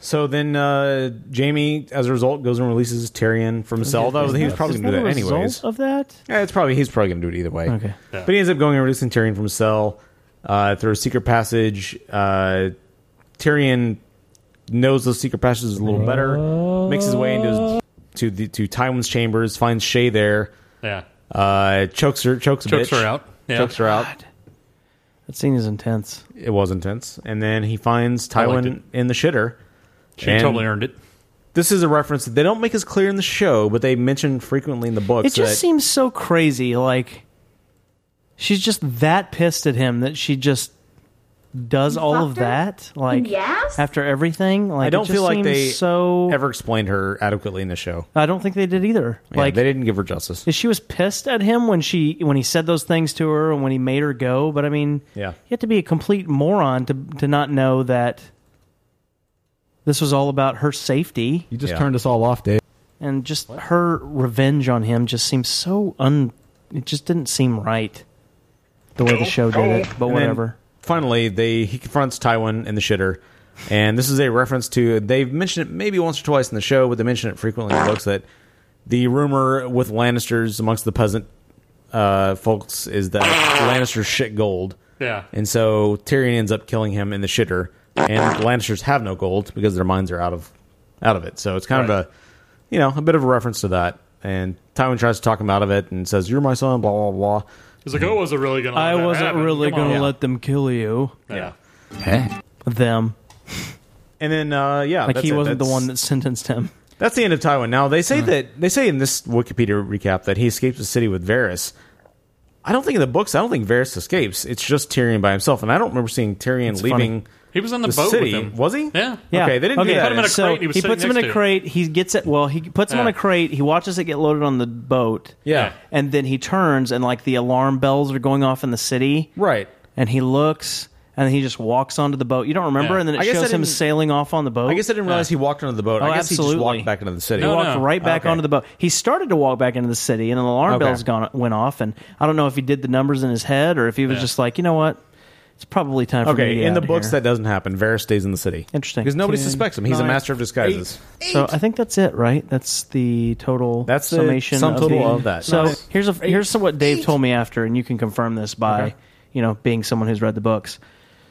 So then uh, Jamie, as a result, goes and releases Tyrion from Is Cell. Although that- he was probably is going to do that that a result anyways. Of that, Yeah, it's probably he's probably going to do it either way. Okay. Yeah. but he ends up going and releasing Tyrion from cell uh, through a secret passage. Uh, Tyrion knows those secret passages a little better. Makes his way into his, to the to Tywin's chambers, finds Shay there. Yeah. uh, chokes her, chokes, a Chokes bitch. her out. Yeah. chokes her out. That scene is intense. It was intense, and then he finds I liked Tywin in the shitter. She And totally earned it. This is a reference that they don't make as clear in the show, but they mention frequently in the books. it just that, seems so crazy. Like she's just that pissed at him that she just does all of that. Like Yes? after everything. Like I it don't just feel like seems they So, ever explained her adequately in the show. I don't think they did either. Yeah, like they didn't give her justice. she was pissed at him when she when he said those things to her and when he made her go. But I mean, Yeah. you have to be a complete moron to to not know that this was all about her safety. You just turned us all off, Dave. and just her revenge on him just seems so un. It just didn't seem right the way the show did it. But And then whatever. Finally, they he confronts Tywin in the shitter, and this is a reference to they've mentioned it maybe once or twice in the show, but they mention it frequently in the books that the rumor with Lannisters amongst the peasant uh, folks is that Lannisters shit gold. Yeah. and so Tyrion ends up killing him in the shitter, and the Lannisters have no gold because their mines are out of out of it. So it's kind of a you know a bit of a reference to that. And Tywin tries to talk him out of it and says, "You're my son," blah blah blah. He's like, "Oh, I wasn't really going to. I wasn't really going gonna let them kill you. Yeah. Them. And then, uh, yeah, like that's he it. wasn't the That's- one that sentenced him. That's the end of Tywin. Now they say that they say in this Wikipedia recap that he escapes the city with Varys. I don't think in the books. I don't think Varys escapes. It's just Tyrion by himself, and I don't remember seeing Tyrion It's leaving. funny. He was on the boat with city. him. Was he? Yeah. Okay. They didn't do that. So he puts him in a crate. He gets it. Well, he puts him on Yeah. a crate. He watches it get loaded on the boat. Yeah. And then he turns and like the alarm bells are going off in the city. Right. And he looks and he just walks onto the boat. You don't remember? Yeah. And then it I guess I shows him didn't- sailing off on the boat. I guess I didn't realize he walked onto the boat. Oh, I guess he just absolutely. walked back into the city. He walked right back Okay. onto the boat. He started to walk back into the city, and an alarm Okay. bells gone, went off. And I don't know if he did the numbers in his head or if he was Yeah. just like, you know what, it's probably time for me to Okay. get In the out of books, here. that doesn't happen. Varys stays in the city. Interesting. Because nobody Ten, suspects him. He's nine, a master of disguises. So I think that's it, right? That's the total. That's the summation. sum of total the- of that. So Nice. here's a here's what Dave told me after, and you can confirm this by Okay. you know being someone who's read the books.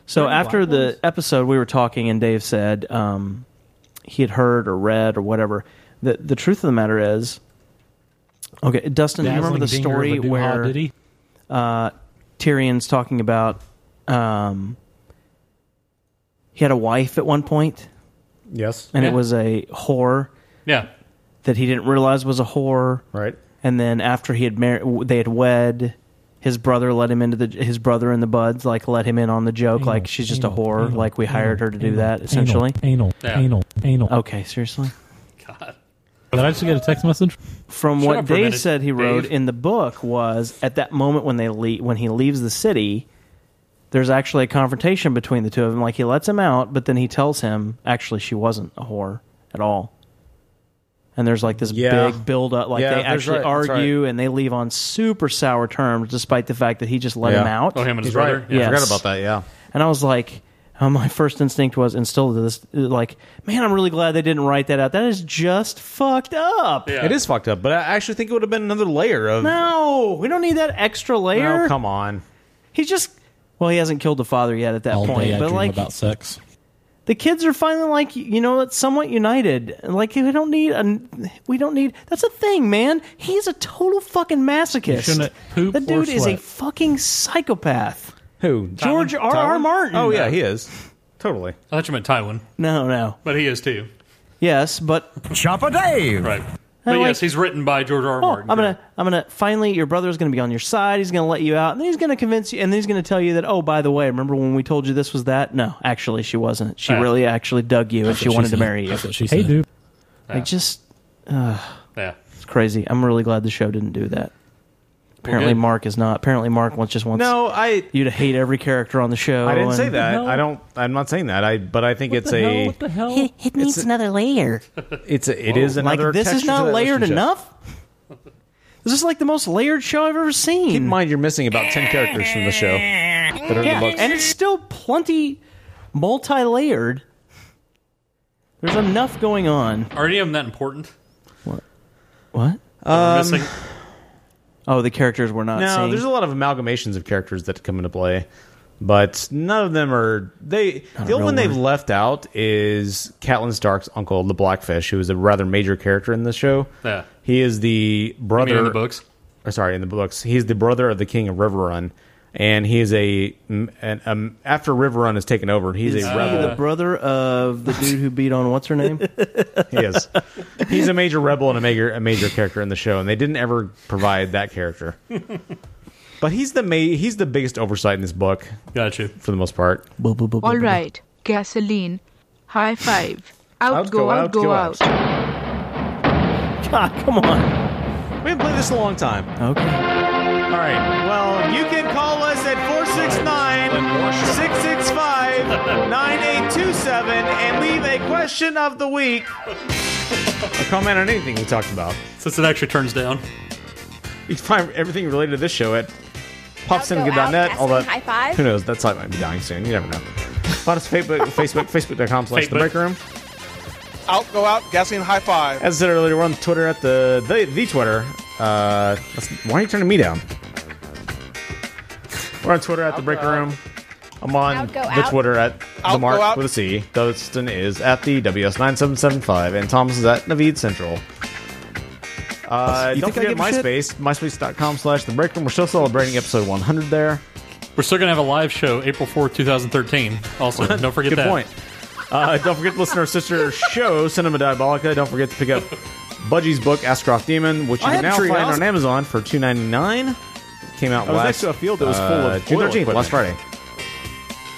So Written after black the episode, we were talking, and Dave said um, he had heard or read or whatever. The the truth of the matter is, okay, Dustin, do you remember the Dazzling dinger story of a doo-ha, where did he? Uh, Tyrion's talking about um, he had a wife at one point, Yes. and Yeah. it was a whore Yeah. that he didn't realize was a whore. Right. And then after he had married, they had wed. His brother let him into the his brother and the buds like let him in on the joke like she's just a whore like we hired her to do that essentially Anal. Anal. Anal. Okay, seriously. Did I just get a text message? from Shut what up for a Dave minute, said he wrote Dave. in the book was at that moment when they le- when he leaves the city, there's actually a confrontation between the two of them. Like he lets him out, but then he tells him actually she wasn't a whore at all. And there's like this Yeah. big build up, like Yeah, they that's actually right, that's argue and they leave on super sour terms, despite the fact that he just let Yeah. him out. Oh, him and his He's brother? right. Yeah, I Yes. forgot about that, yeah. And I was like, oh, my first instinct was, and still to this, like, man, I'm really glad they didn't write that out. That is just fucked up. It is fucked up, but I actually think it would have been another layer of. No, we don't need that extra layer. No, come on. He's just well, he hasn't killed the father yet at that All point, day I but dream like about sex. the kids are finally like you know what, somewhat united. Like we don't need a we don't need that's a thing, man. He's a total fucking You masochist. shouldn't poop that dude or is a sweat. fucking psychopath. Who? George R. R. Martin. Oh, yeah, he is. Totally. I thought you meant Tywin, No, no. but he is too. Yes, but Choppa Dave. Right. But yes, he's written by George R. R. Oh, Martin. I'm gonna, I'm gonna. Finally, your brother's gonna be on your side. He's gonna let you out, and then he's gonna convince you, and then he's gonna tell you that. Oh, by the way, remember when we told you this was that? No, actually, she wasn't. She Yeah. really actually dug you, and That's she what she wanted to said. marry you. That's what she Hey, said. dude. Like just, uh, Yeah. it's crazy. I'm really glad the show didn't do that. Apparently, good. Mark is not. Apparently, Mark wants just wants No, I. you to hate every character on the show. I didn't say and- that. I don't. I'm not saying that. I. But I think it's a. the hell? It, it needs another layer. It's a, [laughs] it is Like another. this is texture to not that layered relationship. enough. [laughs] This is like the most layered show I've ever seen. Keep in mind, you're missing about ten characters from the show. That are in yeah, the books. and it's still plenty multi-layered. There's enough going on. Are any of them that important? What? Um, That we're missing? Oh, the characters were not. no, seeing. there's a lot of amalgamations of characters that come into play, but none of them are. They the real only one they've one. left out is Catelyn Stark's uncle, the Blackfish, who is a rather major character in this show. Yeah. he is the brother in the books. Or sorry, in the books, he's the brother of the King of Riverrun, and he is a m- an, um, after Riverrun is taken over, he's Is a he rebel. the brother of the dude who beat on what's her name? [laughs] he is. He's a major rebel and a major a major character in the show, and they didn't ever provide that character. But he's the ma- he's the biggest oversight in this book. Gotcha. For the most part. [laughs] All right, gasoline. High five. Out, go, out, go, out. God, come on. We haven't played this in a long time. Okay. All right. Well, you can call us at 469-665-9827 and leave a question of the week. A comment on anything we talked about. Since it actually turns down. You can find everything related to this show at Out, go out, popsyndicate.net. Although, gasoline high five. who knows? That site might be dying soon. You never know. Find us Facebook, [laughs] Facebook, Facebook.com slash The Facebook. Break Room. Out, go out, gasoline high five. As I said earlier, we're on Twitter at the the, the Twitter. Uh, that's, why are you turning me down? We're on Twitter at the Break Room. I'm on Out, go the out. Twitter at the Out, go Mark out. with a C. Dustin is at the WS9775, and Thomas is at Navid Central. Uh, You don't think I forget give a MySpace, myspace.com slash the break room. We're still celebrating episode 100 there. We're still going to have a live show April 4th, 2013. Also, don't forget Good that. point. Uh, don't forget to listen to our [laughs] sister show, Cinema Diabolica. Don't forget to pick up Budgie's book, Astroff Demon, which you I can had now a find treehouse. on Amazon for two ninety nine. Came out I was last next to a field that was full uh, of June oil thirteenth, last Friday.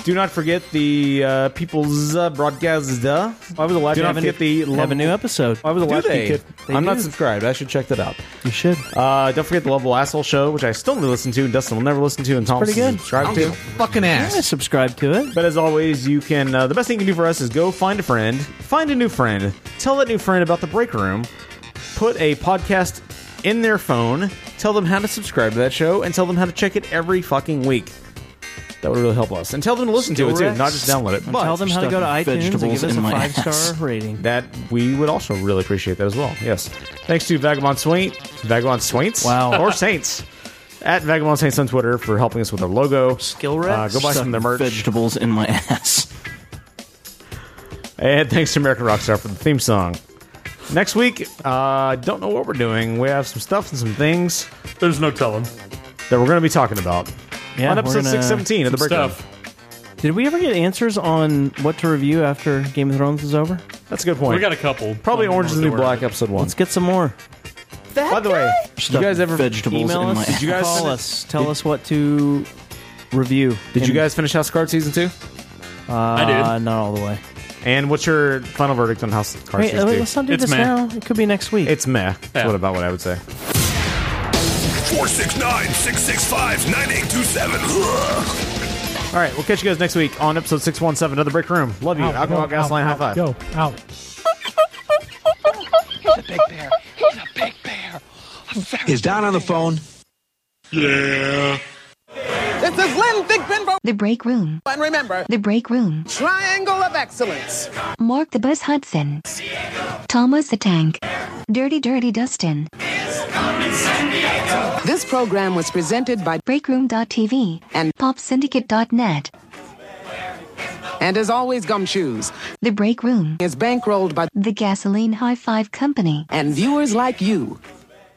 Do not forget the uh, People's uh, Broadcast. Duh. I was allowed Do to not get forget- the they have a new episode. I was Do allowed to they? get. They I'm not do. subscribed. I should check that out. You should. Uh, don't forget the Lovable Asshole Show, which I still need to listen to. Dustin will never listen to, and Tom pretty good. subscribe I don't to. give a fucking ass. Yeah, subscribe to it. But as always, you can. Uh, the best thing you can do for us is go find a friend, find a new friend, tell that new friend about the break room, put a podcast in their phone, tell them how to subscribe to that show, and tell them how to check it every fucking week. That would really help us, and tell them to listen to it too, Correct. not just download it. And But- tell them how to go to Stuffing iTunes and vegetables give us in a my five ass. star rating. That we would also really appreciate that as well. Yes. Thanks to Vagabond Swaint, Vagabond Swaints, wow, or Saints at Vagabond Saints on Twitter for helping us with our logo. Skill Rex. go buy some of their merch. Stuffing Vegetables in my ass. And thanks to American Rockstar for the theme song. Next week, uh, don't know what we're doing. We have some stuff and some things. There's no telling that we're going to be talking about Yeah, on we're episode gonna- six seventeen of the Some breakdown. stuff. Did we ever get answers on what to review after Game of Thrones is over? That's a good point. We got a couple. Probably Orange is the New Black episode one. Let's get some more. By the way, did you Stuff guys ever vegetables email in us? my Did [laughs] you guys call send it- us? Tell did- us what to review. Did you guys finish House of Cards season two? Uh, I did. Not all the way. And what's your final verdict on House of Cards Wait, season wait, two? let's not do this now. It could be next week. It's meh. That's what about what I would say. 469 665 9827. All right, we'll catch you guys next week on episode six one seven of the Break Room. Love you. Out, Alcohol, out, gasoline, out, high five. Go out. He's a big bear. He's a big bear. I'm very Is Don on the phone? Yeah. This is Lynn Big Benbow. The break room. And remember, The break room. triangle of excellence. Mark the Buzz Hudson. Thomas the Tank. Dirty Dirty Dustin. This program was presented by Breakroom.tv and PopSyndicate.net. And as always, gumshoes. The break room is bankrolled by the Gasoline High Five Company and viewers like you.